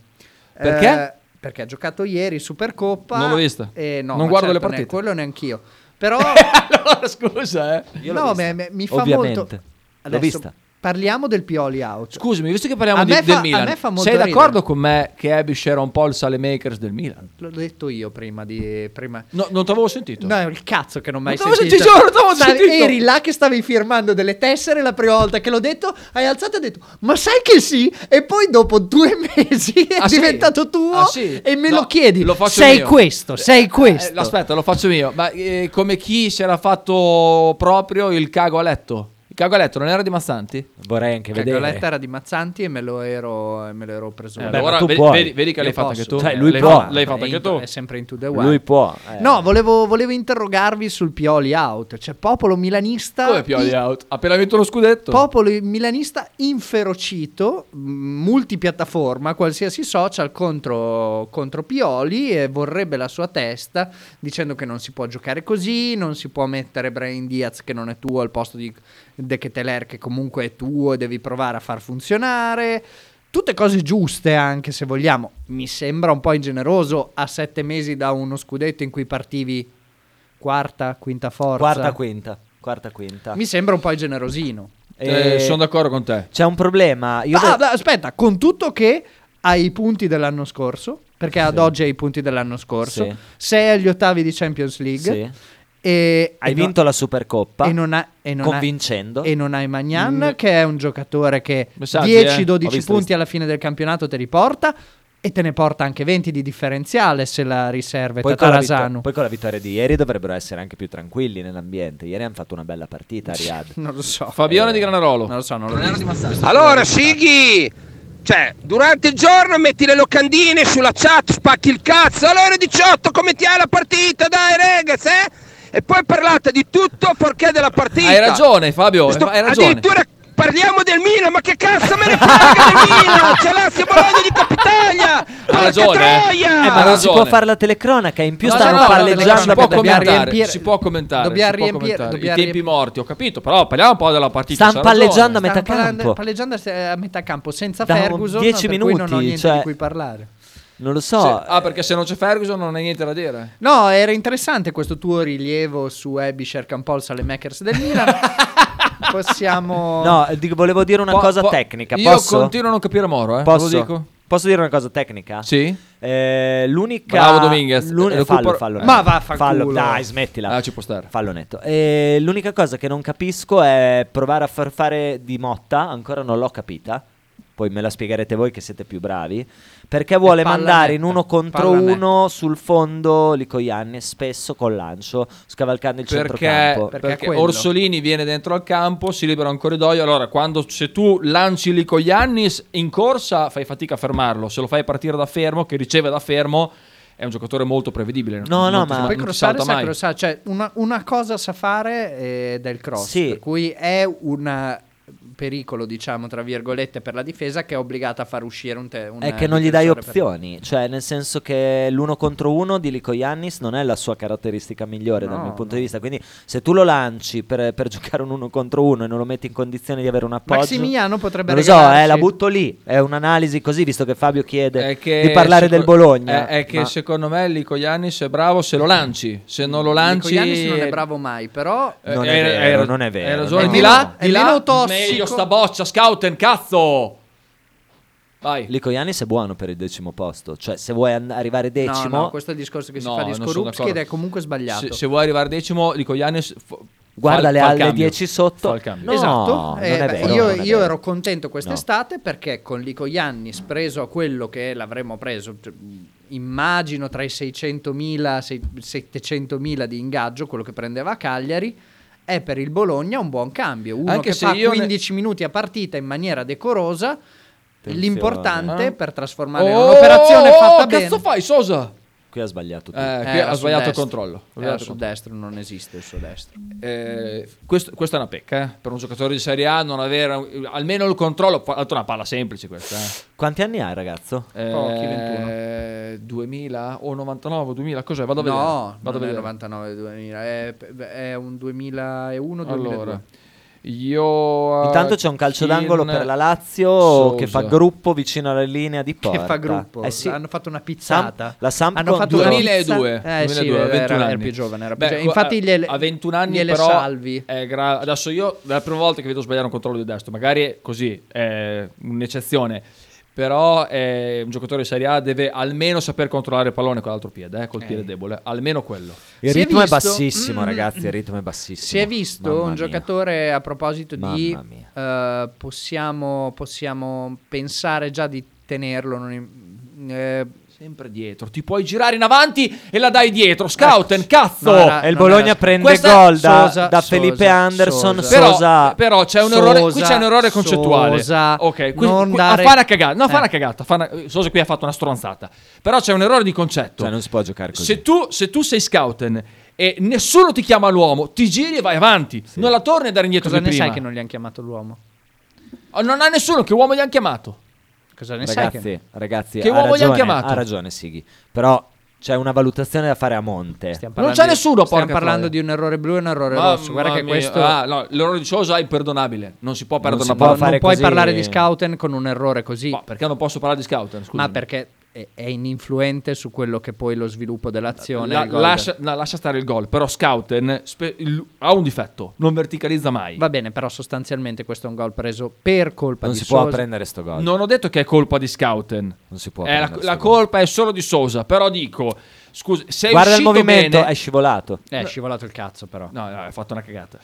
Speaker 4: Perché?
Speaker 5: Eh, perché ha giocato ieri Supercoppa.
Speaker 4: Non l'ho vista.
Speaker 5: Eh, no,
Speaker 4: Non
Speaker 5: ma
Speaker 4: guardo le
Speaker 5: certo, ne-
Speaker 4: partite.
Speaker 5: quello neanch'io. Però
Speaker 4: allora, scusa, eh.
Speaker 5: no, me- me- mi fa
Speaker 6: Ovviamente.
Speaker 5: molto.
Speaker 6: L'ho
Speaker 5: Adesso
Speaker 6: vista.
Speaker 5: Parliamo del Pioli out.
Speaker 4: Scusami, visto che parliamo
Speaker 5: A
Speaker 4: di,
Speaker 5: me fa-
Speaker 4: del
Speaker 5: a
Speaker 4: Milan,
Speaker 5: me fa molto
Speaker 4: sei d'accordo
Speaker 5: ridere.
Speaker 4: con me che Abish era un po' il sale makers del Milan?
Speaker 5: L'ho detto io prima di... Prima...
Speaker 4: No, non t'avevo sentito.
Speaker 5: No, il cazzo che non ho mai
Speaker 4: Non t'avevo
Speaker 5: sentito.
Speaker 4: sentito, non t'avevo
Speaker 5: Stavi-
Speaker 4: sentito.
Speaker 5: Eri là che stavi firmando delle tessere la prima volta che l'ho detto, hai alzato e hai detto, ma sai che sì? E poi dopo due mesi è
Speaker 4: Ah, sì?
Speaker 5: diventato tuo
Speaker 4: Ah, sì?
Speaker 5: e me
Speaker 4: No,
Speaker 5: lo chiedi.
Speaker 4: lo faccio
Speaker 5: sei
Speaker 4: io.
Speaker 5: questo, sei questo.
Speaker 4: Eh, aspetta, lo faccio io. Ma eh, come chi si era fatto proprio il cago a letto? Il cago a letto non era di Massanti?
Speaker 6: vorrei anche
Speaker 5: Che
Speaker 6: vedere.
Speaker 5: Goletta era di Mazzanti e me lo ero, e me lo ero preso.
Speaker 6: Eh,
Speaker 5: io.
Speaker 6: beh,
Speaker 4: Allora,
Speaker 6: ma tu
Speaker 4: vedi,
Speaker 6: puoi.
Speaker 4: vedi- vedi che
Speaker 5: Io
Speaker 4: l'hai fatta
Speaker 5: posso.
Speaker 4: anche tu.
Speaker 6: Cioè, lui
Speaker 4: l'hai
Speaker 6: può.
Speaker 4: fatta- l'hai
Speaker 5: È
Speaker 4: fatta anche
Speaker 5: in-
Speaker 4: tu.
Speaker 5: È sempre in to the wild.
Speaker 6: Lui può. eh.
Speaker 5: No, volevo, volevo interrogarvi sul Pioli out. C'è popolo
Speaker 6: eh,
Speaker 5: milanista.
Speaker 4: Come Pioli
Speaker 5: in-
Speaker 4: out? Appena vinto lo scudetto.
Speaker 6: Certo.
Speaker 5: Popolo milanista inferocito, mh, multipiattaforma, qualsiasi social contro, contro Pioli e vorrebbe la sua testa dicendo che non si può giocare così, non si può mettere Brain Diaz che non è tuo al posto di De Keteler che comunque è tuo e devi provare a far funzionare. Tutte cose giuste anche se vogliamo. Mi sembra un po' ingeneroso a sette mesi da uno scudetto in cui partivi quarta, quinta forza.
Speaker 6: Quarta, quinta. Quarta, quinta.
Speaker 5: Mi sembra un po' generosino.
Speaker 4: Eh,
Speaker 6: Eh,
Speaker 4: sono d'accordo con te.
Speaker 6: C'è un problema. Io
Speaker 5: Ah,
Speaker 6: ve-
Speaker 5: beh, aspetta, con tutto che hai i punti dell'anno scorso, perché ad oggi hai i punti dell'anno scorso,
Speaker 6: Sì.
Speaker 5: sei agli ottavi di Champions League
Speaker 6: Sì.
Speaker 5: e
Speaker 6: Hai
Speaker 5: e no-
Speaker 6: vinto la Supercoppa.
Speaker 5: e non ha- e non ha-
Speaker 6: convincendo. Mm.
Speaker 5: e non hai Magnan, che è un giocatore che
Speaker 4: Messaggi, eh.
Speaker 5: 10-12
Speaker 6: Ho visto,
Speaker 5: punti
Speaker 6: visto.
Speaker 5: alla fine del campionato te li porta e te ne porta anche 20 di differenziale se la riserve
Speaker 6: Poi con, la vitto-
Speaker 5: Tatarasanu.
Speaker 6: poi con la vittoria di ieri dovrebbero essere anche più tranquilli nell'ambiente. Ieri hanno fatto una bella partita a Riyadh.
Speaker 4: Eh,
Speaker 5: Non lo so.
Speaker 4: Fabione di Granarolo.
Speaker 5: Non lo so, non lo so.
Speaker 7: Allora, Sighi, cioè, durante il giorno metti le locandine sulla chat, spacchi il cazzo. Allora 18 commentiamo la partita, dai, regaz, eh? E poi parlate di tutto perché della partita.
Speaker 4: Hai ragione, Fabio.
Speaker 7: Sto-
Speaker 4: hai ragione.
Speaker 7: Addirittura parliamo del Milan, ma che cazzo me ne frega del Milan? C'è l'Azio Bologna di Capitaglia! Porca
Speaker 4: ragione, eh.
Speaker 7: troia!
Speaker 6: Eh, ma
Speaker 4: Ha
Speaker 6: non si
Speaker 4: ragione.
Speaker 6: può fare la telecronaca. In più
Speaker 4: No,
Speaker 6: stanno
Speaker 4: no, no,
Speaker 6: parleggiando.
Speaker 4: si può
Speaker 5: dobbiamo
Speaker 4: commentare,
Speaker 5: riempire-
Speaker 4: si può commentare,
Speaker 5: dobbiamo
Speaker 4: si può
Speaker 5: riempire-
Speaker 4: commentare.
Speaker 5: dobbiamo
Speaker 4: i tempi
Speaker 5: riempire-
Speaker 4: morti, ho capito, però parliamo un po' della partita.
Speaker 6: Stanno
Speaker 4: c'ha ragione.
Speaker 6: palleggiando a metà
Speaker 5: Stanno parlando-
Speaker 6: campo.
Speaker 5: palleggiando se- a metà campo senza
Speaker 6: Da
Speaker 5: Ferguson,
Speaker 6: 10
Speaker 5: per cui non ho
Speaker 6: minuti,
Speaker 5: niente
Speaker 6: cioè-
Speaker 5: di cui parlare.
Speaker 6: Non lo
Speaker 4: Sì.
Speaker 6: so. eh,
Speaker 4: Ah, perché se non c'è Ferguson non hai niente da dire.
Speaker 5: No, era interessante questo tuo rilievo su Abisher Campol Makers del Milan. Possiamo
Speaker 6: No, eh, dico- volevo dire una
Speaker 4: Po-
Speaker 6: cosa
Speaker 4: po-
Speaker 6: tecnica.
Speaker 4: Io
Speaker 6: posso?
Speaker 4: continuo a non capire Moro, eh. ve
Speaker 6: Posso? Ah.
Speaker 4: Lo dico.
Speaker 6: Posso dire una cosa tecnica?
Speaker 4: Sì.
Speaker 6: Eh, l'unica.
Speaker 4: Bravo, Dominguez.
Speaker 6: l'un-
Speaker 4: Eh,
Speaker 6: fallo,
Speaker 4: recupero-
Speaker 6: fallo.
Speaker 4: Ma
Speaker 6: netto.
Speaker 5: vaffanculo.
Speaker 6: Fallo, dai, smettila.
Speaker 4: Ah, ci può stare.
Speaker 6: Fallo netto. Eh, l'unica cosa che non capisco è provare a far fare di Motta. Ancora non l'ho capita. Poi me la spiegherete voi che siete più bravi. Perché vuole
Speaker 5: palla
Speaker 6: mandare in
Speaker 5: netta,
Speaker 6: uno contro
Speaker 5: palla
Speaker 6: uno sul fondo Licoianni, spesso con lancio, scavalcando il
Speaker 4: Perché,
Speaker 6: centrocampo.
Speaker 5: Perché
Speaker 4: perché
Speaker 5: quello.
Speaker 4: Orsolini viene dentro al campo, si libera un corridoio. Allora, quando se tu lanci lì con Giannis in corsa, fai fatica a fermarlo. Se lo fai partire da fermo, che riceve da fermo, è un giocatore molto prevedibile.
Speaker 6: No,
Speaker 4: non-
Speaker 6: no,
Speaker 4: non ti-
Speaker 6: ma-
Speaker 4: non
Speaker 5: Poi
Speaker 4: ti
Speaker 5: crossare
Speaker 4: salta
Speaker 5: sa
Speaker 4: mai.
Speaker 5: crossare, cioè una, una cosa sa fare eh, del cross,
Speaker 6: Sì.
Speaker 5: per cui è un eh, pericolo, diciamo, tra virgolette, per la difesa che è obbligata a far uscire un te- un eh,
Speaker 6: È che non gli dai
Speaker 5: difensore per-
Speaker 6: opzioni, cioè nel senso che l'uno contro uno di Lico Yannis non è la sua caratteristica migliore dal
Speaker 5: No,
Speaker 6: mio punto
Speaker 5: no.
Speaker 6: di vista, quindi se tu lo lanci per, per giocare un uno contro uno e non lo metti in condizione di avere un appoggio...
Speaker 5: Maximiliano potrebbe
Speaker 6: Non lo so, eh,
Speaker 5: regalarci-
Speaker 6: la butto lì, è un'analisi così, visto che Fabio chiede
Speaker 4: È che
Speaker 6: di parlare del
Speaker 4: seco-
Speaker 6: Bologna.
Speaker 4: È, è che
Speaker 6: ma-
Speaker 4: secondo me Lico Giannis è bravo se lo lanci. Se non lo lanci.
Speaker 5: Giannis non è bravo mai, però
Speaker 4: Eh,
Speaker 6: Non è
Speaker 4: eh,
Speaker 6: vero,
Speaker 4: eh,
Speaker 6: non è vero,
Speaker 4: Hai ragione.
Speaker 6: non è
Speaker 4: di
Speaker 5: vero.
Speaker 4: là,
Speaker 5: È
Speaker 4: di là.
Speaker 5: meno tossico.
Speaker 4: Meglio sta boccia, scouten, cazzo. Vai.
Speaker 6: Lico Yannis è buono per il decimo posto, cioè se vuoi an- arrivare decimo...
Speaker 5: No, no, questo è il discorso che si
Speaker 4: No,
Speaker 5: fa di
Speaker 4: non sono
Speaker 5: Skorupski ed è
Speaker 4: d'accordo.
Speaker 5: comunque sbagliato.
Speaker 4: Se, se vuoi arrivare decimo, Lico Giannis. f-
Speaker 6: Guarda
Speaker 4: fa-
Speaker 6: le
Speaker 4: fa il
Speaker 6: alle
Speaker 4: cambio.
Speaker 6: 10 sotto.
Speaker 4: Fa il cambio.
Speaker 6: No,
Speaker 5: esatto, Eh,
Speaker 6: non è
Speaker 5: beh,
Speaker 6: vero,
Speaker 5: io,
Speaker 6: non
Speaker 5: io
Speaker 6: è vero.
Speaker 5: ero contento quest'estate perché con Lico Iannis preso a quello che l'avremmo preso, cioè, immagino tra i 600.000 sei- 700.000 di ingaggio, quello che prendeva a Cagliari, è per il Bologna un buon cambio. Uno
Speaker 4: Anche
Speaker 5: che
Speaker 4: se
Speaker 5: fa
Speaker 4: io ne-
Speaker 5: 15 minuti a partita in maniera decorosa.
Speaker 6: Attenzione.
Speaker 5: L'importante
Speaker 4: Ah.
Speaker 5: per trasformare
Speaker 4: Oh,
Speaker 5: un'operazione fatta
Speaker 4: oh,
Speaker 5: bene.
Speaker 4: Cazzo fai, Sosa?
Speaker 6: Qui ha sbagliato tutto.
Speaker 4: Eh,
Speaker 5: Eh,
Speaker 4: qui
Speaker 5: era
Speaker 4: ha
Speaker 5: sul
Speaker 4: sbagliato il
Speaker 5: destro.
Speaker 4: controllo.
Speaker 5: Era sul destro, non esiste il suo destro.
Speaker 4: Eh, questo- questa è una pecca eh, per un giocatore di Serie A non avere eh, almeno il controllo. Tra l'altro è una palla semplice questa. Eh.
Speaker 6: Quanti anni hai ragazzo?
Speaker 5: Pochi,
Speaker 4: Eh, 2000 o 99, 2000, cos'è? Vado a vedere.
Speaker 5: No,
Speaker 4: Vado a
Speaker 5: non è
Speaker 4: vedere.
Speaker 5: 99 2000, è, è un 2001
Speaker 4: Allora,
Speaker 5: 2002.
Speaker 4: io... eh,
Speaker 6: Intanto c'è un calcio
Speaker 4: Kin-
Speaker 6: d'angolo per la Lazio
Speaker 4: Sousa.
Speaker 6: che fa gruppo vicino alla linea di porta.
Speaker 5: Che fa gruppo.
Speaker 6: Eh sì.
Speaker 5: Hanno fatto una pizzata.
Speaker 6: la Samp
Speaker 5: Hanno fatto una
Speaker 6: contro-
Speaker 4: 2002,
Speaker 5: pizza- Eh sì,
Speaker 4: 2002,
Speaker 5: era-
Speaker 4: 21
Speaker 5: era
Speaker 4: anni.
Speaker 5: più giovane, era più
Speaker 4: Beh,
Speaker 5: giovane.
Speaker 4: co-
Speaker 5: Infatti
Speaker 4: a-
Speaker 5: gliele-
Speaker 4: a 21 anni
Speaker 5: gliele
Speaker 4: però
Speaker 5: salvi.
Speaker 4: è gra- adesso io è la prima volta che vedo sbagliare un controllo di destro, magari è così è un'eccezione. Però eh, un giocatore di Serie A deve almeno saper controllare il pallone con l'altro piede, eh, col piede debole, almeno quello.
Speaker 6: Il
Speaker 5: Si è
Speaker 6: ritmo è,
Speaker 5: visto-
Speaker 6: bassissimo,
Speaker 5: Mm.
Speaker 6: ragazzi. Il ritmo è bassissimo.
Speaker 5: Si è visto
Speaker 6: Mamma
Speaker 5: un
Speaker 6: mia.
Speaker 5: giocatore a proposito di
Speaker 6: Mamma mia.
Speaker 5: eh, possiamo, possiamo pensare già di tenerlo non in- eh,
Speaker 4: Sempre dietro, ti puoi girare in avanti e la dai dietro. Scouten, cazzo!
Speaker 5: No, Eh, era-
Speaker 6: E il
Speaker 5: non
Speaker 6: Bologna
Speaker 5: era-
Speaker 6: prende
Speaker 4: Questa-
Speaker 6: gol da,
Speaker 5: Sosa,
Speaker 6: da
Speaker 5: Sosa,
Speaker 6: Felipe Anderson.
Speaker 5: Sosa.
Speaker 6: Sosa.
Speaker 4: Però, però c'è un errore, qui c'è un errore
Speaker 5: Sosa,
Speaker 4: concettuale.
Speaker 5: Sosa,
Speaker 4: ok, qui,
Speaker 5: non
Speaker 4: qui-
Speaker 5: dare-
Speaker 4: a fare una cagata, no, a fare
Speaker 5: Eh.
Speaker 4: una cagata, a fare una- Sosa qui ha fatto una stronzata. Però c'è un errore di concetto.
Speaker 6: Cioè, non si può giocare così.
Speaker 4: se, tu, se tu sei scouten e nessuno ti chiama l'uomo, ti giri e vai avanti. Non la torni a dare indietro
Speaker 5: cosa
Speaker 4: di
Speaker 5: ne
Speaker 4: prima.
Speaker 5: sai che non gli hanno chiamato l'uomo?
Speaker 4: Oh, non ha nessuno che uomo gli hanno chiamato.
Speaker 5: Cosa ne sai che
Speaker 6: Ragazzi, ragazzi,
Speaker 4: Che
Speaker 6: ha
Speaker 4: uomo gli hanno
Speaker 6: ragione,
Speaker 4: chiamato?
Speaker 6: Ha ragione, Sighi. Però c'è una valutazione da fare a monte.
Speaker 5: Stiamo
Speaker 4: Non
Speaker 5: parlando
Speaker 4: c'è
Speaker 5: di-
Speaker 4: nessuno,
Speaker 5: Stiamo
Speaker 4: porca
Speaker 5: parlando
Speaker 4: troia.
Speaker 5: di un errore blu e un errore rosso. Guarda
Speaker 4: Mamma
Speaker 5: che
Speaker 4: mia.
Speaker 5: questo
Speaker 4: Ah, no, l'errore di Sosa è imperdonabile. Non si può perdere
Speaker 6: si
Speaker 4: una
Speaker 6: può
Speaker 4: palla.
Speaker 5: non
Speaker 6: fare
Speaker 5: puoi
Speaker 6: così-
Speaker 5: parlare di scouten con un errore così.
Speaker 4: Ma perché non posso parlare di scouten? Scusa.
Speaker 5: Ma perché è, è ininfluente su quello che poi lo sviluppo dell'azione.
Speaker 4: La-
Speaker 5: il gol-
Speaker 4: lascia, no, lascia stare il gol, però Scouten spe- il- ha un difetto, non verticalizza mai.
Speaker 5: Va bene, però sostanzialmente questo è un gol preso per colpa
Speaker 6: Non
Speaker 5: di
Speaker 6: si può
Speaker 5: Sosa.
Speaker 6: prendere sto gol.
Speaker 4: Non ho detto che è colpa di Scouten.
Speaker 6: Non si può
Speaker 4: Eh, la,
Speaker 6: prendere
Speaker 4: la
Speaker 6: sto gol.
Speaker 4: colpa è solo di Sosa, però dico, scusa, sei
Speaker 6: Guarda il
Speaker 4: uscito
Speaker 6: movimento,
Speaker 4: bene-
Speaker 6: è scivolato.
Speaker 5: Eh, è scivolato il cazzo però.
Speaker 4: No, no, ha fatto una cagata.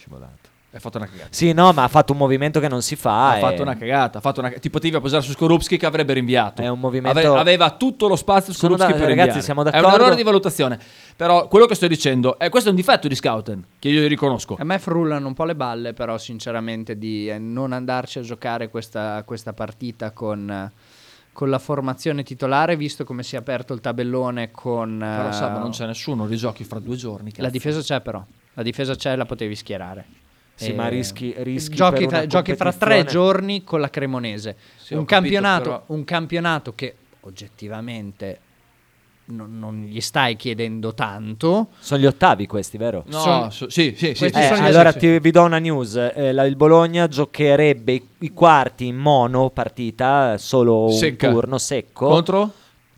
Speaker 4: Ha fatto una cagata.
Speaker 6: Sì, no, ma ha fatto un movimento che non si fa.
Speaker 4: ha
Speaker 6: e-
Speaker 4: fatto una cagata, ha fatto una... ti potevi appoggiare su Skorupski che avrebbe rinviato.
Speaker 6: È un movimento-
Speaker 4: Ave- aveva tutto lo spazio
Speaker 6: Sono
Speaker 4: Skorupski
Speaker 6: da-
Speaker 4: per
Speaker 6: ragazzi,
Speaker 4: rinviare.
Speaker 6: siamo
Speaker 4: È un
Speaker 6: d'accordo?
Speaker 4: errore di valutazione. Però quello che sto dicendo è questo è un difetto di Scouten che io riconosco.
Speaker 6: Eh,
Speaker 5: A me frullano un po' le balle, però sinceramente di eh, non andarci a giocare questa, questa partita con, eh, con la formazione titolare, visto come si è aperto il tabellone con... eh,
Speaker 4: Però Sabba non c'è nessuno, rigiochi fra due giorni. cazzo.
Speaker 5: La difesa c'è però, la difesa c'è, la potevi schierare.
Speaker 6: Sì,
Speaker 5: Eh,
Speaker 6: ma rischi, rischi
Speaker 5: giochi,
Speaker 6: per
Speaker 5: fra,
Speaker 6: una
Speaker 5: giochi fra tre
Speaker 6: competizione.
Speaker 5: giorni con la Cremonese.
Speaker 4: Sì, ho
Speaker 5: un,
Speaker 4: capito,
Speaker 5: campionato,
Speaker 4: però-
Speaker 5: un campionato che oggettivamente non, non gli stai chiedendo tanto.
Speaker 6: Sono gli ottavi questi, vero?
Speaker 4: No,
Speaker 5: Sono-
Speaker 4: so- sì, sì, sì.
Speaker 5: Questi
Speaker 6: Eh,
Speaker 4: sì,
Speaker 5: sono
Speaker 4: sì,
Speaker 5: gli-
Speaker 6: allora
Speaker 4: sì, sì.
Speaker 6: ti- vi do una news. Eh, la- il Bologna giocherebbe i, i quarti in mono partita, solo
Speaker 4: Secca.
Speaker 6: un turno secco.
Speaker 4: contro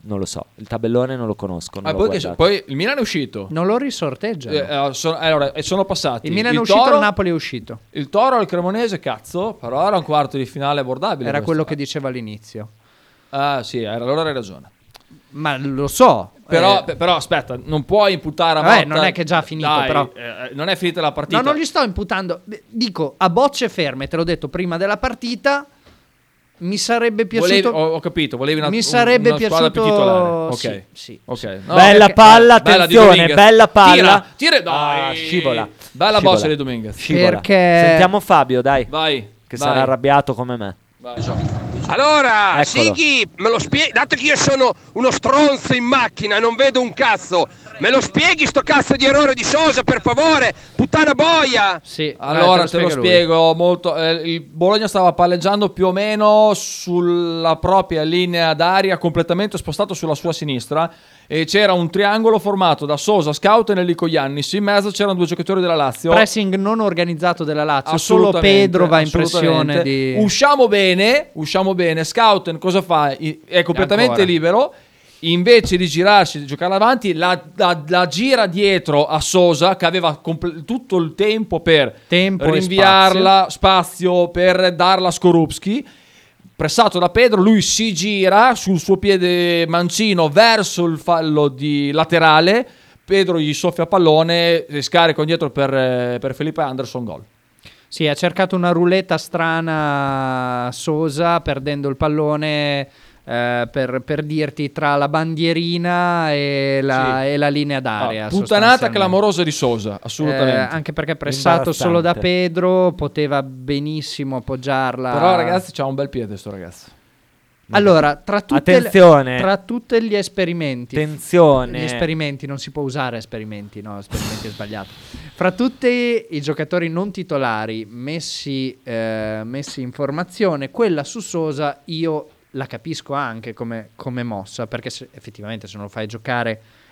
Speaker 6: Non lo so, il tabellone non lo conosco. non
Speaker 4: Ah,
Speaker 6: l'ho
Speaker 4: poi, che-
Speaker 6: guardato.
Speaker 4: poi il Milan è uscito.
Speaker 5: Non lo risorteggiano.
Speaker 4: Eh, allora, sono, allora, e sono passati.
Speaker 5: il Milan è uscito,
Speaker 4: Toro,
Speaker 5: il Napoli è uscito.
Speaker 4: il Toro, il Cremonese, cazzo, però era un quarto di finale abbordabile.
Speaker 5: Era
Speaker 4: questo.
Speaker 5: quello che diceva all'inizio.
Speaker 4: Ah, sì, era- allora hai ragione.
Speaker 5: Ma lo so.
Speaker 4: Però,
Speaker 5: eh,
Speaker 4: pe- però, aspetta, non puoi imputare a Motta.
Speaker 5: Vabbè, non è che è già finito,
Speaker 4: Dai,
Speaker 5: però.
Speaker 4: eh, non è finita la partita.
Speaker 5: no, non gli sto imputando. Dico, a bocce ferme, te l'ho detto prima della partita, mi sarebbe
Speaker 4: Volevi-
Speaker 5: piaciuto...
Speaker 4: ho, ho capito, volevi una,
Speaker 5: mi
Speaker 4: un-
Speaker 5: sarebbe
Speaker 4: una squadra più
Speaker 5: piaciuto...
Speaker 4: titolare. Ok.
Speaker 5: Sì, sì.
Speaker 4: Ok.
Speaker 6: Bella
Speaker 4: perché- eh, bella
Speaker 6: palla,
Speaker 4: di
Speaker 6: attenzione,
Speaker 4: Dominguez.
Speaker 6: bella palla.
Speaker 4: Tira, tira, dai.
Speaker 6: Ah, scivola.
Speaker 4: Bella
Speaker 6: Scivola.
Speaker 4: boccia di Dominguez.
Speaker 6: Scivola.
Speaker 5: Perché-
Speaker 6: Sentiamo Fabio, dai,
Speaker 4: Vai.
Speaker 6: che
Speaker 4: vai,
Speaker 6: sarà arrabbiato come me.
Speaker 4: vai.
Speaker 7: Allora,
Speaker 6: Eccolo.
Speaker 7: Sighi, me lo spieghi, dato che io sono uno stronzo in macchina, non vedo un cazzo, me lo spieghi sto cazzo di errore di Sosa, per favore, puttana boia!
Speaker 5: Sì,
Speaker 4: Allora
Speaker 5: dai,
Speaker 4: te lo
Speaker 5: Eh, spiega lui.
Speaker 4: spiego molto. eh, il Bologna stava palleggiando più o meno sulla propria linea d'aria, completamente spostato sulla sua sinistra. E c'era un triangolo formato da Sosa, Scout e Nelico Iannis. In mezzo c'erano due giocatori della Lazio.
Speaker 5: Pressing non organizzato della Lazio, solo
Speaker 4: Assolutamente,
Speaker 5: Pedro va in
Speaker 4: assolutamente.
Speaker 5: pressione di...
Speaker 4: Usciamo bene, usciamo bene. Scouten cosa fa? I- È completamente
Speaker 5: Ancora.
Speaker 4: libero. Invece di girarsi, di giocare avanti, la, la- la gira dietro a Sosa che aveva comple- tutto il tempo per
Speaker 5: Tempo e
Speaker 4: rinviarla, spazio. per darla a Skorupski. Pressato da Pedro, lui si gira sul suo piede mancino verso il fallo di laterale. Pedro gli soffia pallone, scarica indietro per, eh, per Felipe Anderson, gol.
Speaker 5: Sì, ha cercato una ruletta strana Sosa perdendo il pallone eh, per, per dirti tra la bandierina e la,
Speaker 4: Sì.
Speaker 5: e la linea d'aria.
Speaker 4: Ah, puttanata
Speaker 5: sostanzialmente.
Speaker 4: clamorosa di Sosa, assolutamente.
Speaker 5: Eh, anche perché pressato solo da
Speaker 6: Imbarazzante.
Speaker 5: Pedro poteva benissimo appoggiarla.
Speaker 4: Però ragazzi, c'ha un bel piede sto ragazzo.
Speaker 5: allora tra, tutte le-
Speaker 6: Attenzione.
Speaker 5: tra tutti gli esperimenti,
Speaker 6: Attenzione.
Speaker 5: gli esperimenti non si può usare esperimenti, no, esperimenti è sbagliato. Fra tutti i giocatori non titolari messi, eh, messi in formazione, quella su Sosa io la capisco anche come, come mossa, perché se- effettivamente se non lo fai giocare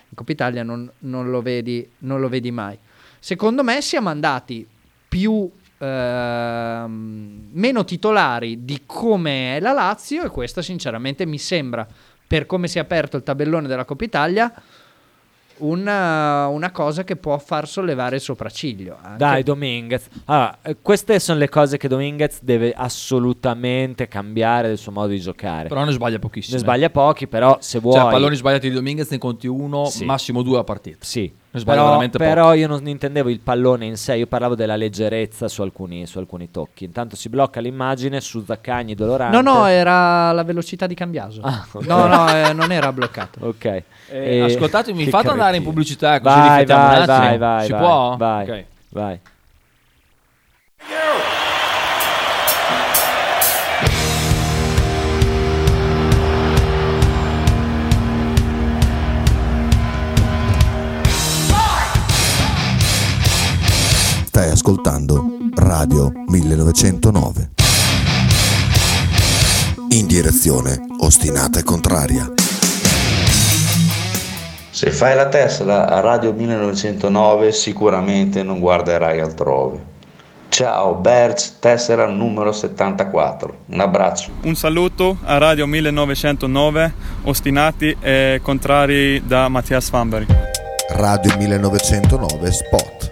Speaker 5: in Coppa Italia non, non lo, vedi, non lo vedi mai. Secondo me siamo andati più... ehm, meno titolari di come è la Lazio e questa sinceramente mi sembra per come si è aperto il tabellone della Coppa Italia una, una cosa che può far sollevare il sopracciglio. eh. anche.
Speaker 6: Dai, Dominguez. Allora, eh, queste sono le cose che Dominguez deve assolutamente cambiare del suo modo di giocare.
Speaker 4: Però ne sbaglia pochissimo. eh.
Speaker 6: ne sbaglia pochi, però se vuoi...
Speaker 4: Cioè, palloni sbagliati di Dominguez ne conti uno,
Speaker 6: Sì.
Speaker 4: massimo due a partita.
Speaker 6: Sì.
Speaker 4: Ne sbaglia
Speaker 6: Però,
Speaker 4: veramente pochi.
Speaker 6: però io non intendevo il pallone in sé, io parlavo della leggerezza su alcuni, su alcuni tocchi. Intanto si blocca l'immagine su Zaccagni dolorante.
Speaker 5: No, no, era la velocità di Cambiaso.
Speaker 6: Ah, ok.
Speaker 5: No, no, eh, non era bloccato.
Speaker 6: Ok.
Speaker 4: Eh,
Speaker 6: Eh,
Speaker 4: ascoltatemi,
Speaker 6: che
Speaker 4: fate andare in
Speaker 6: cretino.
Speaker 4: pubblicità così
Speaker 6: Vai,
Speaker 4: riflettiamo
Speaker 6: vai,
Speaker 4: un attimo.
Speaker 6: vai, vai.
Speaker 4: Si
Speaker 6: vai,
Speaker 4: può?
Speaker 6: Vai,
Speaker 4: Ok.
Speaker 6: vai.
Speaker 8: Stai ascoltando Radio 1909. In direzione ostinata e contraria.
Speaker 9: Se fai la Tesla a Radio 1909 sicuramente non guarderai altrove. Ciao Berz, tessera numero 74. Un abbraccio.
Speaker 10: Un saluto a Radio 1909, ostinati e contrari da Mattias Vanberg.
Speaker 8: Radio 1909 Spot.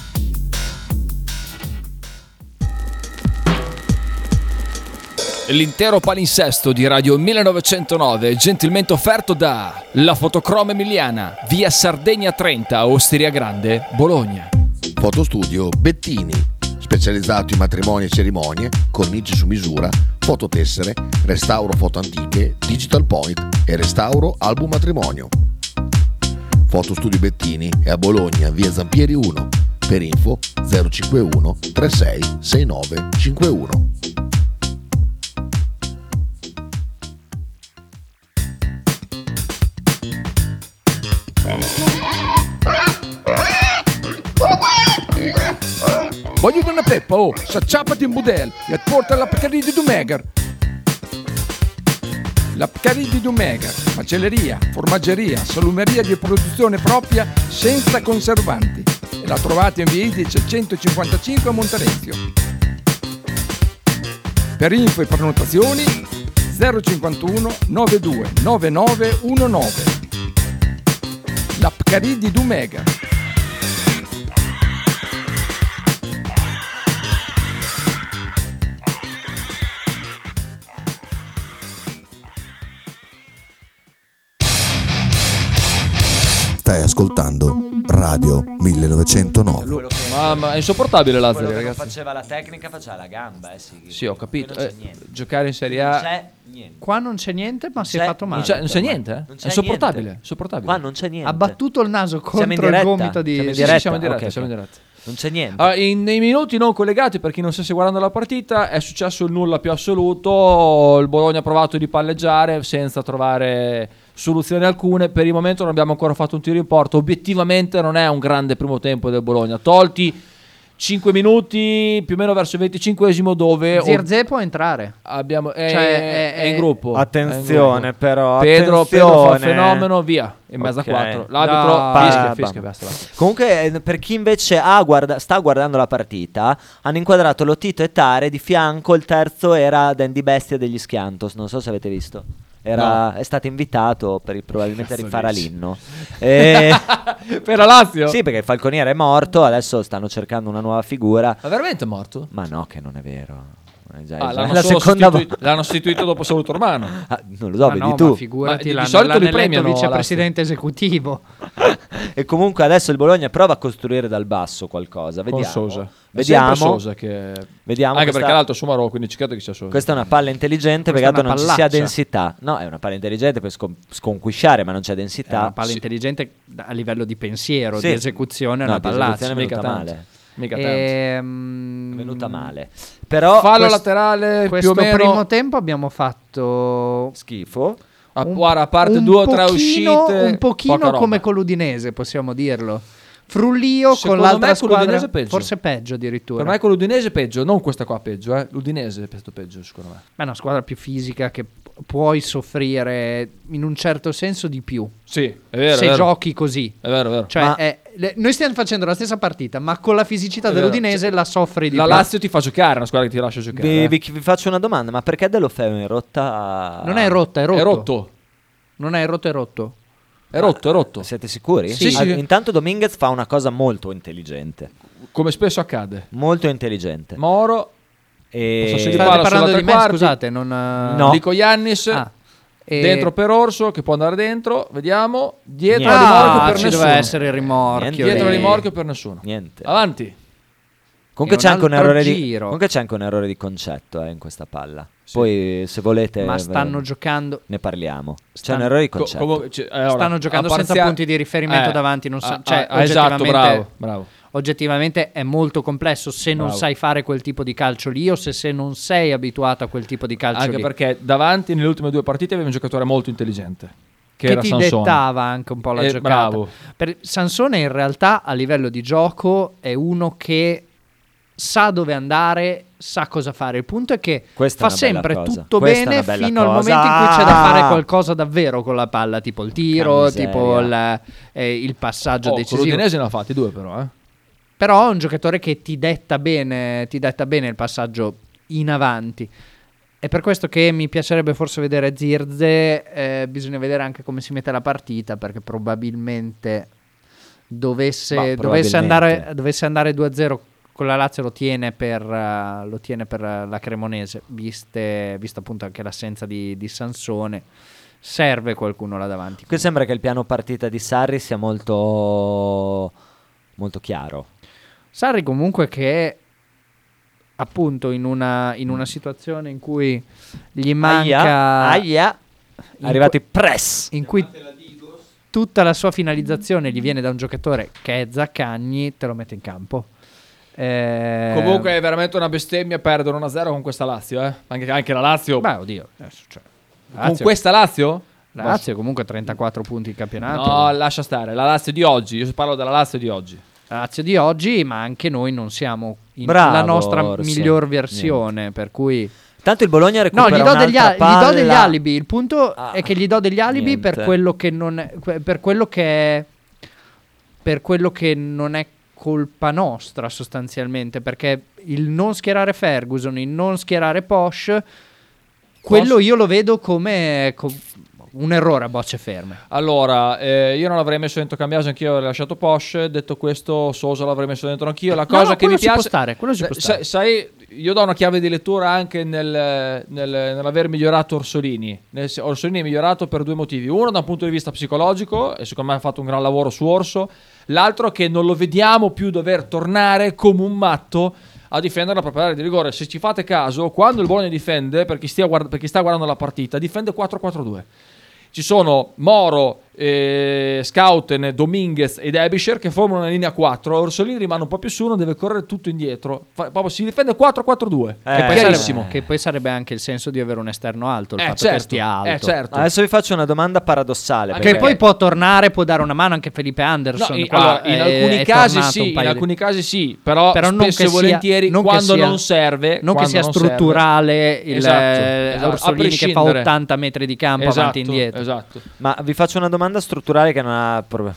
Speaker 4: L'intero palinsesto di Radio 1909 gentilmente offerto da La Fotocroma Emiliana, via Sardegna 30, Osteria Grande, Bologna.
Speaker 8: Fotostudio Bettini, specializzato in matrimoni e cerimonie, cornici su misura, fototessere, restauro foto antiche, digital point e restauro album matrimonio. Fotostudio Bettini è a Bologna, via Zampieri 1, per info 051 36 69 51.
Speaker 11: Voglio una peppa, oh, s'acciappati in budel e porta la Pcaridi di Dumegar. La Pcaridi di Dumegar, macelleria, formaggeria, salumeria di produzione propria senza conservanti. E la trovate in via Idice 155 a Monterezio. Per info e prenotazioni 051 92 9919. La Pcaridi di Dumegar.
Speaker 8: Stai ascoltando Radio 1909.
Speaker 4: Ma, ma è insopportabile
Speaker 6: Quello
Speaker 4: Lazzari,
Speaker 6: che non
Speaker 4: ragazzi.
Speaker 6: faceva la tecnica faceva la gamba, eh sì.
Speaker 4: Sì, ho capito.
Speaker 6: Qui non
Speaker 4: Eh,
Speaker 6: c'è niente.
Speaker 4: giocare in Serie
Speaker 6: Non
Speaker 4: A.
Speaker 6: c'è niente.
Speaker 5: Qua non c'è niente, ma Ah, si è
Speaker 6: C'è-
Speaker 5: fatto male.
Speaker 4: Non c'è, non c'è
Speaker 5: ormai.
Speaker 4: niente, eh?
Speaker 6: Non
Speaker 4: È
Speaker 6: c'è
Speaker 4: insopportabile.
Speaker 6: niente.
Speaker 4: insopportabile.
Speaker 6: Qua non c'è niente.
Speaker 5: Ha battuto il naso
Speaker 6: Siamo in
Speaker 5: contro il
Speaker 6: diretta.
Speaker 5: gomito di...
Speaker 6: Siamo in
Speaker 4: Sì, sì,
Speaker 6: diretta.
Speaker 4: siamo in diretta,
Speaker 6: ok,
Speaker 4: siamo
Speaker 6: ok.
Speaker 4: in diretta.
Speaker 6: Non c'è niente.
Speaker 4: Allora, Ah, in- nei minuti non collegati, per chi non stesse guardando la partita, è successo il nulla più assoluto. Il Bologna ha provato di palleggiare senza trovare soluzioni alcune. Per il momento non abbiamo ancora fatto un tiro in porta. Obiettivamente non è un grande primo tempo del Bologna. Tolti 5 minuti più o meno verso il 25esimo dove o-
Speaker 5: Zirze può entrare.
Speaker 4: abbiamo, è,
Speaker 5: Cioè,
Speaker 4: è-
Speaker 5: è-
Speaker 4: è in gruppo.
Speaker 3: Attenzione,
Speaker 4: È in gruppo.
Speaker 3: però,
Speaker 4: Pedro, Pedro fa il
Speaker 3: attenzione.
Speaker 4: fenomeno, via. In mezzo
Speaker 3: Ok.
Speaker 4: a 4. L'arbitro
Speaker 3: No,
Speaker 4: fischia,
Speaker 3: bam.
Speaker 4: fischia, basta, basta.
Speaker 6: Comunque, eh, per chi invece ha guarda- sta guardando la partita, hanno inquadrato Lotito e Tare di fianco. Il terzo era Dandy Bestia degli Schiantos. Non so se avete visto. Era- È stato invitato per il- probabilmente a
Speaker 4: Cazzo
Speaker 6: rifare
Speaker 4: dici?
Speaker 6: l'inno. E-
Speaker 4: per la Lazio?
Speaker 6: sì, perché il Falconiere è morto. Adesso stanno cercando una nuova figura.
Speaker 4: Ma veramente è morto?
Speaker 6: Ma no, che non è vero. È già-
Speaker 4: Ah,
Speaker 6: è già-
Speaker 4: l'hanno,
Speaker 6: la
Speaker 4: solo
Speaker 6: seconda
Speaker 4: sostituito,
Speaker 6: volta.
Speaker 4: l'hanno sostituito dopo saluto romano.
Speaker 6: Ah, non lo so,
Speaker 5: Ma
Speaker 6: vedi
Speaker 5: no,
Speaker 6: tu.
Speaker 5: ma figurati,
Speaker 4: Ma di- di
Speaker 5: l'hanno-
Speaker 4: solito li
Speaker 5: l'hanno eletto
Speaker 4: premiano,
Speaker 5: vicepresidente esecutivo.
Speaker 6: e comunque adesso il Bologna prova a costruire dal basso qualcosa. Vediamo.
Speaker 4: Con Sosa. È
Speaker 6: Vediamo.
Speaker 4: sempre Sosa che...
Speaker 6: Vediamo
Speaker 4: Anche
Speaker 6: questa-
Speaker 4: perché l'altro è Sumarò, quindi cercate che sia Sosa.
Speaker 6: Questa è una palla
Speaker 5: Questa
Speaker 6: intelligente
Speaker 5: è
Speaker 6: peccato
Speaker 5: una
Speaker 6: non ci sia
Speaker 5: pallaccia.
Speaker 6: densità. No, è una palla intelligente per scon- sconquisciare, ma non c'è
Speaker 5: È una
Speaker 6: densità.
Speaker 5: palla intelligente a livello di pensiero,
Speaker 6: Esatto, Sì.
Speaker 5: di esecuzione, è
Speaker 6: No,
Speaker 5: una
Speaker 6: di esecuzione
Speaker 5: pallaccia.
Speaker 6: è
Speaker 4: mica
Speaker 6: venuta
Speaker 4: tanto.
Speaker 6: male.
Speaker 4: Mica tanto.
Speaker 5: Ehm,
Speaker 6: È venuta male. Però
Speaker 4: Fallo
Speaker 5: oh, quest-
Speaker 4: laterale più
Speaker 5: Questo
Speaker 4: o meno...
Speaker 5: primo tempo abbiamo fatto
Speaker 6: schifo.
Speaker 4: a,
Speaker 5: un-
Speaker 4: guarda, a parte
Speaker 5: un
Speaker 4: due o tre
Speaker 5: pochino-
Speaker 4: uscite...
Speaker 5: un
Speaker 4: poca
Speaker 5: pochino
Speaker 4: roba.
Speaker 5: come con l'Udinese, possiamo dirlo. Frullio con
Speaker 4: Secondo
Speaker 5: l'altra
Speaker 4: me con
Speaker 5: squadra,
Speaker 4: l'Udinese peggio.
Speaker 5: forse peggio addirittura.
Speaker 4: Per me con l'Udinese è peggio, non questa qua peggio, eh. L'Udinese è stato peggio, secondo me.
Speaker 5: Ma è una squadra più fisica che pu- puoi soffrire in un certo senso di più
Speaker 4: Sì, è vero,
Speaker 5: se
Speaker 4: è vero.
Speaker 5: giochi così.
Speaker 4: È vero, è vero.
Speaker 5: Cioè,
Speaker 6: Ma-
Speaker 5: è- le- noi stiamo facendo la stessa partita, ma con la fisicità
Speaker 4: È vero. cioè,
Speaker 5: dell'Udinese la soffri di
Speaker 4: La
Speaker 5: più.
Speaker 4: Lazio ti fa giocare, è una squadra che ti lascia giocare.
Speaker 6: Vi,
Speaker 4: eh.
Speaker 6: vi- vi faccio una domanda, ma perché Delofeo è in rotta?
Speaker 5: non è rotta, è rotto.
Speaker 4: È rotto,
Speaker 5: Non è rotto, è rotto.
Speaker 4: è rotto, è rotto.
Speaker 6: Siete sicuri?
Speaker 4: Sì, sì.
Speaker 6: Intanto Dominguez fa una cosa molto intelligente.
Speaker 4: Come spesso accade.
Speaker 6: Molto
Speaker 5: Eh.
Speaker 6: intelligente.
Speaker 4: Moro,
Speaker 6: E-
Speaker 4: Posso seguire-
Speaker 5: State
Speaker 4: Riparo
Speaker 5: parlando
Speaker 4: sulla
Speaker 5: di me,
Speaker 4: tre quarti.
Speaker 5: scusate, non... eh,
Speaker 6: No.
Speaker 4: Nico Iannis...
Speaker 5: Ah, e-
Speaker 4: Dentro per Orso che può andare dentro, vediamo. Dietro
Speaker 6: Niente.
Speaker 4: a
Speaker 5: Ah,
Speaker 4: rimorchio per
Speaker 5: ci
Speaker 4: nessuno.
Speaker 5: doveva essere il rimorchio.
Speaker 6: Niente.
Speaker 4: Dietro a
Speaker 5: lì.
Speaker 4: rimorchio per nessuno.
Speaker 6: Niente.
Speaker 4: Avanti.
Speaker 6: Comunque,
Speaker 5: E
Speaker 6: c'è
Speaker 5: un
Speaker 6: anche un
Speaker 5: altro
Speaker 6: errore di,
Speaker 5: giro.
Speaker 6: comunque c'è anche un errore di concetto eh, in questa palla. Poi, se volete,
Speaker 5: Ma
Speaker 6: ve-
Speaker 5: stanno giocando...
Speaker 6: ne parliamo. C'è
Speaker 5: stanno-
Speaker 6: un errore di
Speaker 4: Co-
Speaker 6: concetto.
Speaker 4: comunque, cioè, allora,
Speaker 5: Stanno giocando
Speaker 4: a
Speaker 5: senza punti di riferimento davanti, non sa-
Speaker 4: ah,
Speaker 5: cioè,
Speaker 4: ah, esatto,
Speaker 5: oggettivamente-
Speaker 4: bravo, bravo.
Speaker 5: Oggettivamente è molto complesso se non
Speaker 4: Bravo.
Speaker 5: sai fare quel tipo di calcio lì o se, se non sei abituato a quel tipo di calcio
Speaker 4: Anche
Speaker 5: lì.
Speaker 4: perché davanti nelle ultime due partite aveva un giocatore molto intelligente. che,
Speaker 5: che
Speaker 4: era
Speaker 5: ti
Speaker 4: Sansone.
Speaker 5: dettava anche un po' la
Speaker 4: Eh,
Speaker 5: giocata.
Speaker 4: Bravo.
Speaker 5: Per- Sansone in realtà a livello di gioco è uno che sa dove andare, sa cosa fare. Il punto è che
Speaker 6: Questa è
Speaker 5: fa
Speaker 6: una bella
Speaker 5: sempre
Speaker 6: cosa.
Speaker 5: tutto
Speaker 6: Questa è
Speaker 5: bene
Speaker 6: una bella
Speaker 5: fino al
Speaker 6: cosa.
Speaker 5: momento in cui c'è da
Speaker 6: Ah!
Speaker 5: fare qualcosa davvero con la palla, tipo il tiro,
Speaker 4: miseria.
Speaker 5: tipo il, eh, il passaggio
Speaker 4: Oh, con
Speaker 5: decisivo.
Speaker 4: l'Udinese ne ha fatti due però, eh.
Speaker 5: Però è un giocatore che ti detta bene, ti detta bene il passaggio in avanti. È per questo che mi piacerebbe forse vedere Zirze, eh, bisogna vedere anche come si mette la partita, perché probabilmente dovesse,
Speaker 6: Ma
Speaker 5: dovesse
Speaker 6: probabilmente.
Speaker 5: andare, dovesse andare 2-0 con la Lazio lo tiene per, eh, lo tiene per eh, la Cremonese, viste, visto appunto anche l'assenza di, di Sansone, serve qualcuno là davanti.
Speaker 6: Qui sembra che il piano partita di Sarri sia molto, molto chiaro.
Speaker 5: Sarri comunque che appunto in una, in una situazione in cui gli manca
Speaker 6: aia.
Speaker 5: in
Speaker 6: Arrivato
Speaker 5: cui-
Speaker 6: il press.
Speaker 5: in cui tutta la sua finalizzazione gli viene da un giocatore che è Zaccagni te lo mette in campo Eh,
Speaker 4: Comunque è veramente una bestemmia perdere 1-0 con questa Lazio, eh. Anche, anche la Lazio.
Speaker 5: Beh, oddio. adesso, cioè,
Speaker 4: Con
Speaker 5: Lazio-
Speaker 4: questa Lazio?
Speaker 5: la Lazio comunque ha 34 punti in campionato
Speaker 4: No, lascia stare. La Lazio di oggi. Io parlo della Lazio di oggi.
Speaker 5: la Lazio di oggi ma anche noi non siamo in-
Speaker 6: Bravo,
Speaker 5: la nostra
Speaker 6: Orso.
Speaker 5: miglior versione per cui
Speaker 6: Tanto il Bologna
Speaker 5: No, gli
Speaker 6: recupera
Speaker 5: do, degli,
Speaker 6: un'altra
Speaker 5: a- gli do degli
Speaker 6: palla.
Speaker 5: alibi. Il punto
Speaker 4: Ah.
Speaker 5: è che gli do degli alibi
Speaker 6: niente.
Speaker 5: per quello che non è, que- per quello che è per quello che non è colpa nostra sostanzialmente, perché il non schierare Ferguson, il non schierare Posh quello io lo vedo come co- un errore a bocce ferme.
Speaker 4: Allora, eh, io non l'avrei messo dentro Cambiaso, anch'io avrei lasciato Porsche. Detto questo, Sosa l'avrei messo dentro anch'io. La
Speaker 5: No, no,
Speaker 4: cosa che
Speaker 5: quello
Speaker 4: mi
Speaker 5: ci può
Speaker 4: piace.
Speaker 5: stare, quello ci può
Speaker 4: Eh,
Speaker 5: stare.
Speaker 4: Sai, sai, io do una chiave di lettura anche nel- nel- nell'aver migliorato Orsolini. Nel se- Orsolini è migliorato per due motivi. Uno, da un punto di vista psicologico, e secondo me ha fatto un gran lavoro su Orso. L'altro, che non lo vediamo più dover tornare come un matto a difendere la propria area di rigore. Se ci fate caso, quando il Bologna difende, per chi, stia guard- per chi sta guardando la partita, difende 4-4-2 ci sono Moro, eh, Scouten, Dominguez ed Ebischer che formano una linea 4. Orsolini rimane un po' più su, non deve correre tutto indietro. Fa- proprio si difende 4-4-2.
Speaker 5: che, Eh, poi
Speaker 4: Eh, chiarissimo.
Speaker 5: sarebbe, che poi sarebbe anche il senso di avere un esterno alto, il
Speaker 4: Eh,
Speaker 5: fatto che
Speaker 4: certo,
Speaker 5: stia alto.
Speaker 4: eh, certo.
Speaker 6: Adesso vi faccio una domanda paradossale.
Speaker 5: Che
Speaker 6: perché-
Speaker 5: poi può tornare, può dare una mano anche Felipe Anderson.
Speaker 4: No, in,
Speaker 5: qua,
Speaker 4: allora, in
Speaker 5: eh,
Speaker 4: alcuni
Speaker 5: è
Speaker 4: casi
Speaker 5: tornato un
Speaker 4: sì, in
Speaker 5: paio di-
Speaker 4: alcuni casi sì, però,
Speaker 5: Però non
Speaker 4: spesso
Speaker 5: che
Speaker 4: e
Speaker 5: sia-
Speaker 4: volentieri
Speaker 5: non che
Speaker 4: quando
Speaker 5: sia-
Speaker 4: non serve,
Speaker 5: non che
Speaker 4: quando
Speaker 5: sia
Speaker 4: serve.
Speaker 5: strutturale il,
Speaker 4: Esatto,
Speaker 5: eh,
Speaker 4: esatto, a
Speaker 5: Orsolini che fa
Speaker 4: prescindere.
Speaker 5: 80 metri di campo
Speaker 4: Esatto,
Speaker 5: avanti e indietro.
Speaker 4: Esatto.
Speaker 6: Ma vi faccio una domanda strutturale che non ha pro-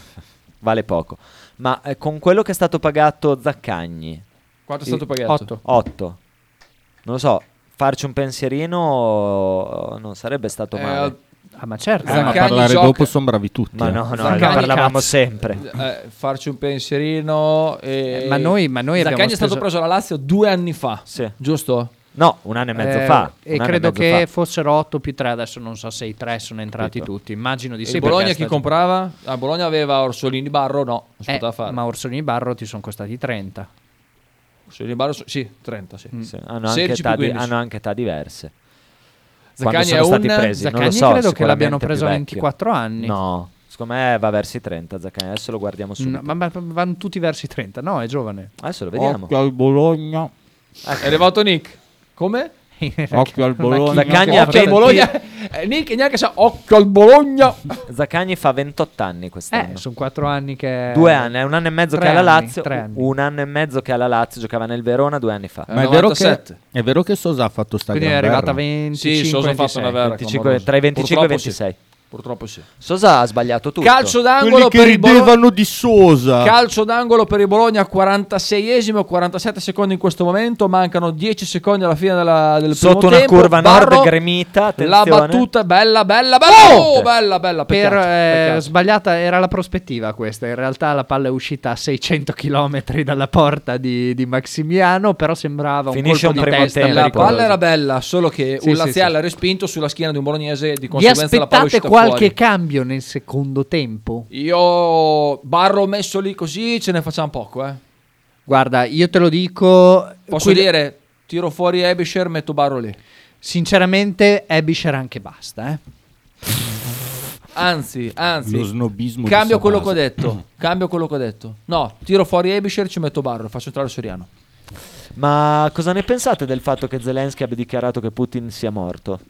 Speaker 6: vale poco. Ma eh, con quello che è stato pagato Zaccagni,
Speaker 4: Quanto è
Speaker 6: Sì.
Speaker 4: stato pagato?
Speaker 6: 8. Non lo so, farci un pensierino non sarebbe
Speaker 4: Eh,
Speaker 6: stato male.
Speaker 4: esatto.
Speaker 5: Ah, ma certo.
Speaker 12: ma
Speaker 4: Zaccagni
Speaker 12: parlare
Speaker 4: gioca-
Speaker 12: dopo sono bravi tutti.
Speaker 6: Ma
Speaker 12: eh.
Speaker 6: no, no,
Speaker 4: Zaccagni,
Speaker 6: ne parlavamo
Speaker 4: cazzo.
Speaker 6: sempre.
Speaker 4: Eh, farci un pensierino. e-
Speaker 5: Eh, ma noi- ma noi
Speaker 4: Zaccagni
Speaker 5: abbiamo
Speaker 4: è stato
Speaker 5: speso-
Speaker 4: preso alla Lazio due anni fa,
Speaker 6: Sì.
Speaker 4: giusto?
Speaker 6: No, un anno e mezzo
Speaker 5: Eh,
Speaker 6: fa.
Speaker 5: e
Speaker 6: un anno
Speaker 5: credo
Speaker 6: mezzo
Speaker 5: che
Speaker 6: fa.
Speaker 5: fossero 8 più 3, adesso non so se i 3 sono entrati tutti, immagino di
Speaker 4: Il
Speaker 5: sì. perché
Speaker 4: Bologna
Speaker 5: è
Speaker 4: chi
Speaker 5: stato-
Speaker 4: comprava? A Bologna aveva Orsolini Barro, no, non si
Speaker 5: Eh,
Speaker 4: poteva fare.
Speaker 5: ma Orsolini Barro ti sono costati 30.
Speaker 4: Orsolini Barro, sì, 30,
Speaker 5: Mm.
Speaker 4: sì.
Speaker 6: Sì, hanno,
Speaker 4: 16 più
Speaker 6: anche età di-
Speaker 4: 15.
Speaker 6: hanno anche età diverse.
Speaker 4: Zaccagni
Speaker 6: Quando sono
Speaker 4: è
Speaker 6: stati
Speaker 4: un-
Speaker 6: presi, non lo
Speaker 5: Zaccagni
Speaker 6: so,
Speaker 5: credo che l'abbiano
Speaker 6: sicuramente
Speaker 5: preso
Speaker 6: più
Speaker 5: a
Speaker 6: vecchio.
Speaker 5: 24 anni.
Speaker 6: No, secondo me va verso i 30 Zaccagni, adesso lo guardiamo subito.
Speaker 5: No, ma, ma- vanno tutti verso i 30, no, è giovane.
Speaker 6: Adesso lo vediamo.
Speaker 12: Occhio al Bologna.
Speaker 4: È arrivato Nick. Come?
Speaker 12: Occhio al Bologna.
Speaker 6: Zaccagni ha
Speaker 4: Occhio al
Speaker 6: 20
Speaker 4: Bologna. Eh, Nick neanche sa occhio al Bologna.
Speaker 6: Zaccagni fa 28 anni quest'anno.
Speaker 5: Eh, sono 4 anni che...
Speaker 6: Due anni, è un anno e mezzo che
Speaker 5: Tre
Speaker 6: è alla
Speaker 5: anni,
Speaker 6: Lazio.
Speaker 5: tre anni.
Speaker 6: Un anno e mezzo che è alla Lazio, giocava nel Verona due anni fa.
Speaker 12: Ma è vero, che, è vero che Sosa ha fatto sta
Speaker 5: Quindi è
Speaker 12: gran
Speaker 5: arrivata a
Speaker 12: guerra.
Speaker 5: 25
Speaker 4: sì, Sosa ha fatto
Speaker 5: 26.
Speaker 4: una vera
Speaker 6: 25
Speaker 4: clamorosa.
Speaker 6: tra i 25 e i
Speaker 4: Purtroppo sì.
Speaker 6: 26.
Speaker 4: Purtroppo sì.
Speaker 6: Sosa ha sbagliato tutto.
Speaker 4: Calcio
Speaker 12: Quelli
Speaker 4: d'angolo
Speaker 12: che
Speaker 4: per il Bologna.
Speaker 12: ridevano di Sosa.
Speaker 11: Ah.
Speaker 4: Calcio d'angolo per il Bologna, 46esimo, 47 secondi in questo momento, mancano 10 secondi alla fine della, del
Speaker 6: Sotto
Speaker 4: primo
Speaker 6: una
Speaker 4: tempo.
Speaker 6: curva
Speaker 4: Barro,
Speaker 6: nord gremita,
Speaker 4: La
Speaker 6: attenzione.
Speaker 4: battuta bella, bella, bella,
Speaker 6: Niente.
Speaker 4: oh, bella, bella,
Speaker 5: per
Speaker 4: peccato,
Speaker 5: eh,
Speaker 4: peccato.
Speaker 5: sbagliata era la prospettiva questa. In realtà la palla è uscita a 600 km dalla porta di, di Maximiano, però sembrava
Speaker 6: Finisce
Speaker 5: un
Speaker 6: un
Speaker 5: colpo di
Speaker 6: primo
Speaker 5: testa.
Speaker 6: tempo.
Speaker 4: La
Speaker 5: pericoloso.
Speaker 4: palla era bella, solo che
Speaker 5: Sì,
Speaker 4: un
Speaker 5: sì,
Speaker 4: laziale
Speaker 5: sì.
Speaker 4: ha respinto sulla schiena di un bolognese e di
Speaker 5: Vi
Speaker 4: conseguenza la palla è
Speaker 5: aspettate
Speaker 4: uscita
Speaker 5: qualche
Speaker 4: fuori.
Speaker 5: cambio nel secondo tempo?
Speaker 4: Io Barro messo lì così ce ne facciamo poco, eh.
Speaker 5: Guarda, io te lo dico.
Speaker 4: Posso
Speaker 5: qui-
Speaker 4: dire tiro fuori Ebisher, metto Barro lì.
Speaker 5: Sinceramente, Ebisher anche basta. eh.
Speaker 4: Anzi, anzi,
Speaker 12: Lo snobismo.
Speaker 4: cambio
Speaker 12: di
Speaker 4: quello che ho
Speaker 12: Sabasa.
Speaker 4: detto. cambio quello che ho detto. No, tiro fuori Ebisher, ci metto Barro, faccio entrare Soriano.
Speaker 6: Ma cosa ne pensate del fatto che Zelensky abbia dichiarato che Putin sia morto?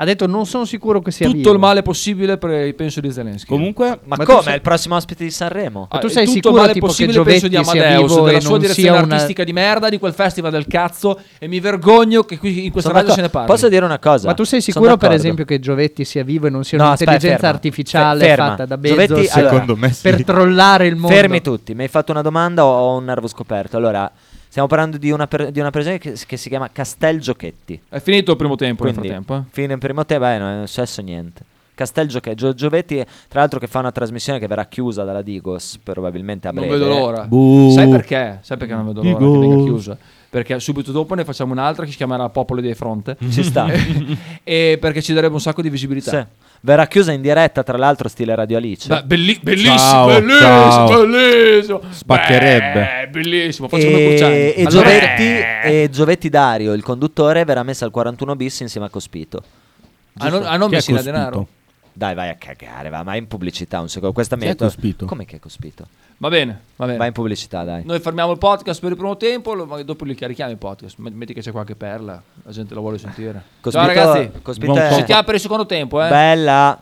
Speaker 5: Ha detto non sono sicuro che sia
Speaker 4: Tutto
Speaker 5: vivo.
Speaker 4: il male possibile per, penso di Zelensky.
Speaker 12: Comunque,
Speaker 6: Ma,
Speaker 5: Ma tu
Speaker 6: come?
Speaker 5: sei-
Speaker 6: È il prossimo ospite di Sanremo.
Speaker 5: Ma tu sei
Speaker 4: Ah, tutto il
Speaker 5: sicuro,
Speaker 4: male
Speaker 5: tipo, che
Speaker 4: possibile penso di
Speaker 5: Giovetti sia
Speaker 4: Amadeus,
Speaker 5: vivo
Speaker 4: della
Speaker 5: e
Speaker 4: sua
Speaker 5: non
Speaker 4: direzione
Speaker 5: sia una-
Speaker 4: artistica di merda, di quel festival del cazzo e mi vergogno che qui in questa
Speaker 6: Sono
Speaker 4: radio se ne
Speaker 6: d'accordo.
Speaker 4: parli.
Speaker 6: Posso dire una cosa?
Speaker 5: Ma tu sei
Speaker 6: Sono
Speaker 5: sicuro, per
Speaker 6: d'accordo.
Speaker 5: esempio, che Giovetti sia vivo e non sia
Speaker 6: No, aspetta,
Speaker 5: un'intelligenza
Speaker 6: ferma.
Speaker 5: artificiale
Speaker 6: Fe- ferma.
Speaker 5: fatta da Bezos
Speaker 6: Giovetti, allora,
Speaker 5: Secondo me sì. per trollare il mondo?
Speaker 6: Fermi tutti, mi hai fatto una domanda o ho un nervo scoperto? Allora, stiamo parlando di una, per- di una persona che, che si chiama Castel Giochetti.
Speaker 4: È finito il primo tempo nel
Speaker 6: Quindi,
Speaker 4: frattempo. eh.
Speaker 6: fine primo tempo, eh, non è successo niente. Castel Giochetti, Gio- Giovetti, tra l'altro, che fa una trasmissione che verrà chiusa dalla Digos, probabilmente a
Speaker 4: Non
Speaker 6: breve.
Speaker 4: vedo l'ora.
Speaker 6: Buh.
Speaker 4: Sai perché? Sai perché non vedo l'ora che
Speaker 6: Digos.
Speaker 4: venga chiusa? Perché subito dopo ne facciamo un'altra che si chiamerà Popolo dei Fronte.
Speaker 6: Ci sta.
Speaker 4: e perché ci darebbe un sacco di visibilità.
Speaker 6: Sì. Verrà chiusa in diretta, tra l'altro, stile Radio Alice.
Speaker 4: Beh, belli- bellissimo,
Speaker 6: Cioè, Ciao,
Speaker 4: bellissimo,
Speaker 6: ciao.
Speaker 4: bellissimo.
Speaker 6: Spaccherebbe.
Speaker 4: Beh, bellissimo. Facciamo una
Speaker 6: E,
Speaker 4: Cruciani.
Speaker 6: e
Speaker 4: Allora- eh,
Speaker 6: Giovetti, e Giovetti Dario, il conduttore, verrà messo al 41 bis insieme a Cospito.
Speaker 4: Hanno-
Speaker 6: Giusto?
Speaker 4: hanno Chi è messo là Cospito? denaro?
Speaker 6: Dai, vai a cagare, va, ma in pubblicità un secondo. Questa
Speaker 4: Chi è
Speaker 6: meta.
Speaker 4: Cospito? Eh.
Speaker 6: Come che è Cospito?
Speaker 4: Va bene, va bene.
Speaker 6: in pubblicità, dai.
Speaker 4: Noi fermiamo il podcast per il primo tempo, lo- ma dopo li carichiamo il podcast. M- Metti che c'è qualche perla, la gente la vuole sentire.
Speaker 6: Cospito-
Speaker 4: Ciao ragazzi,
Speaker 6: Cospito
Speaker 4: ci
Speaker 6: è-
Speaker 4: sentiamo per il secondo tempo. Eh.
Speaker 6: Bella.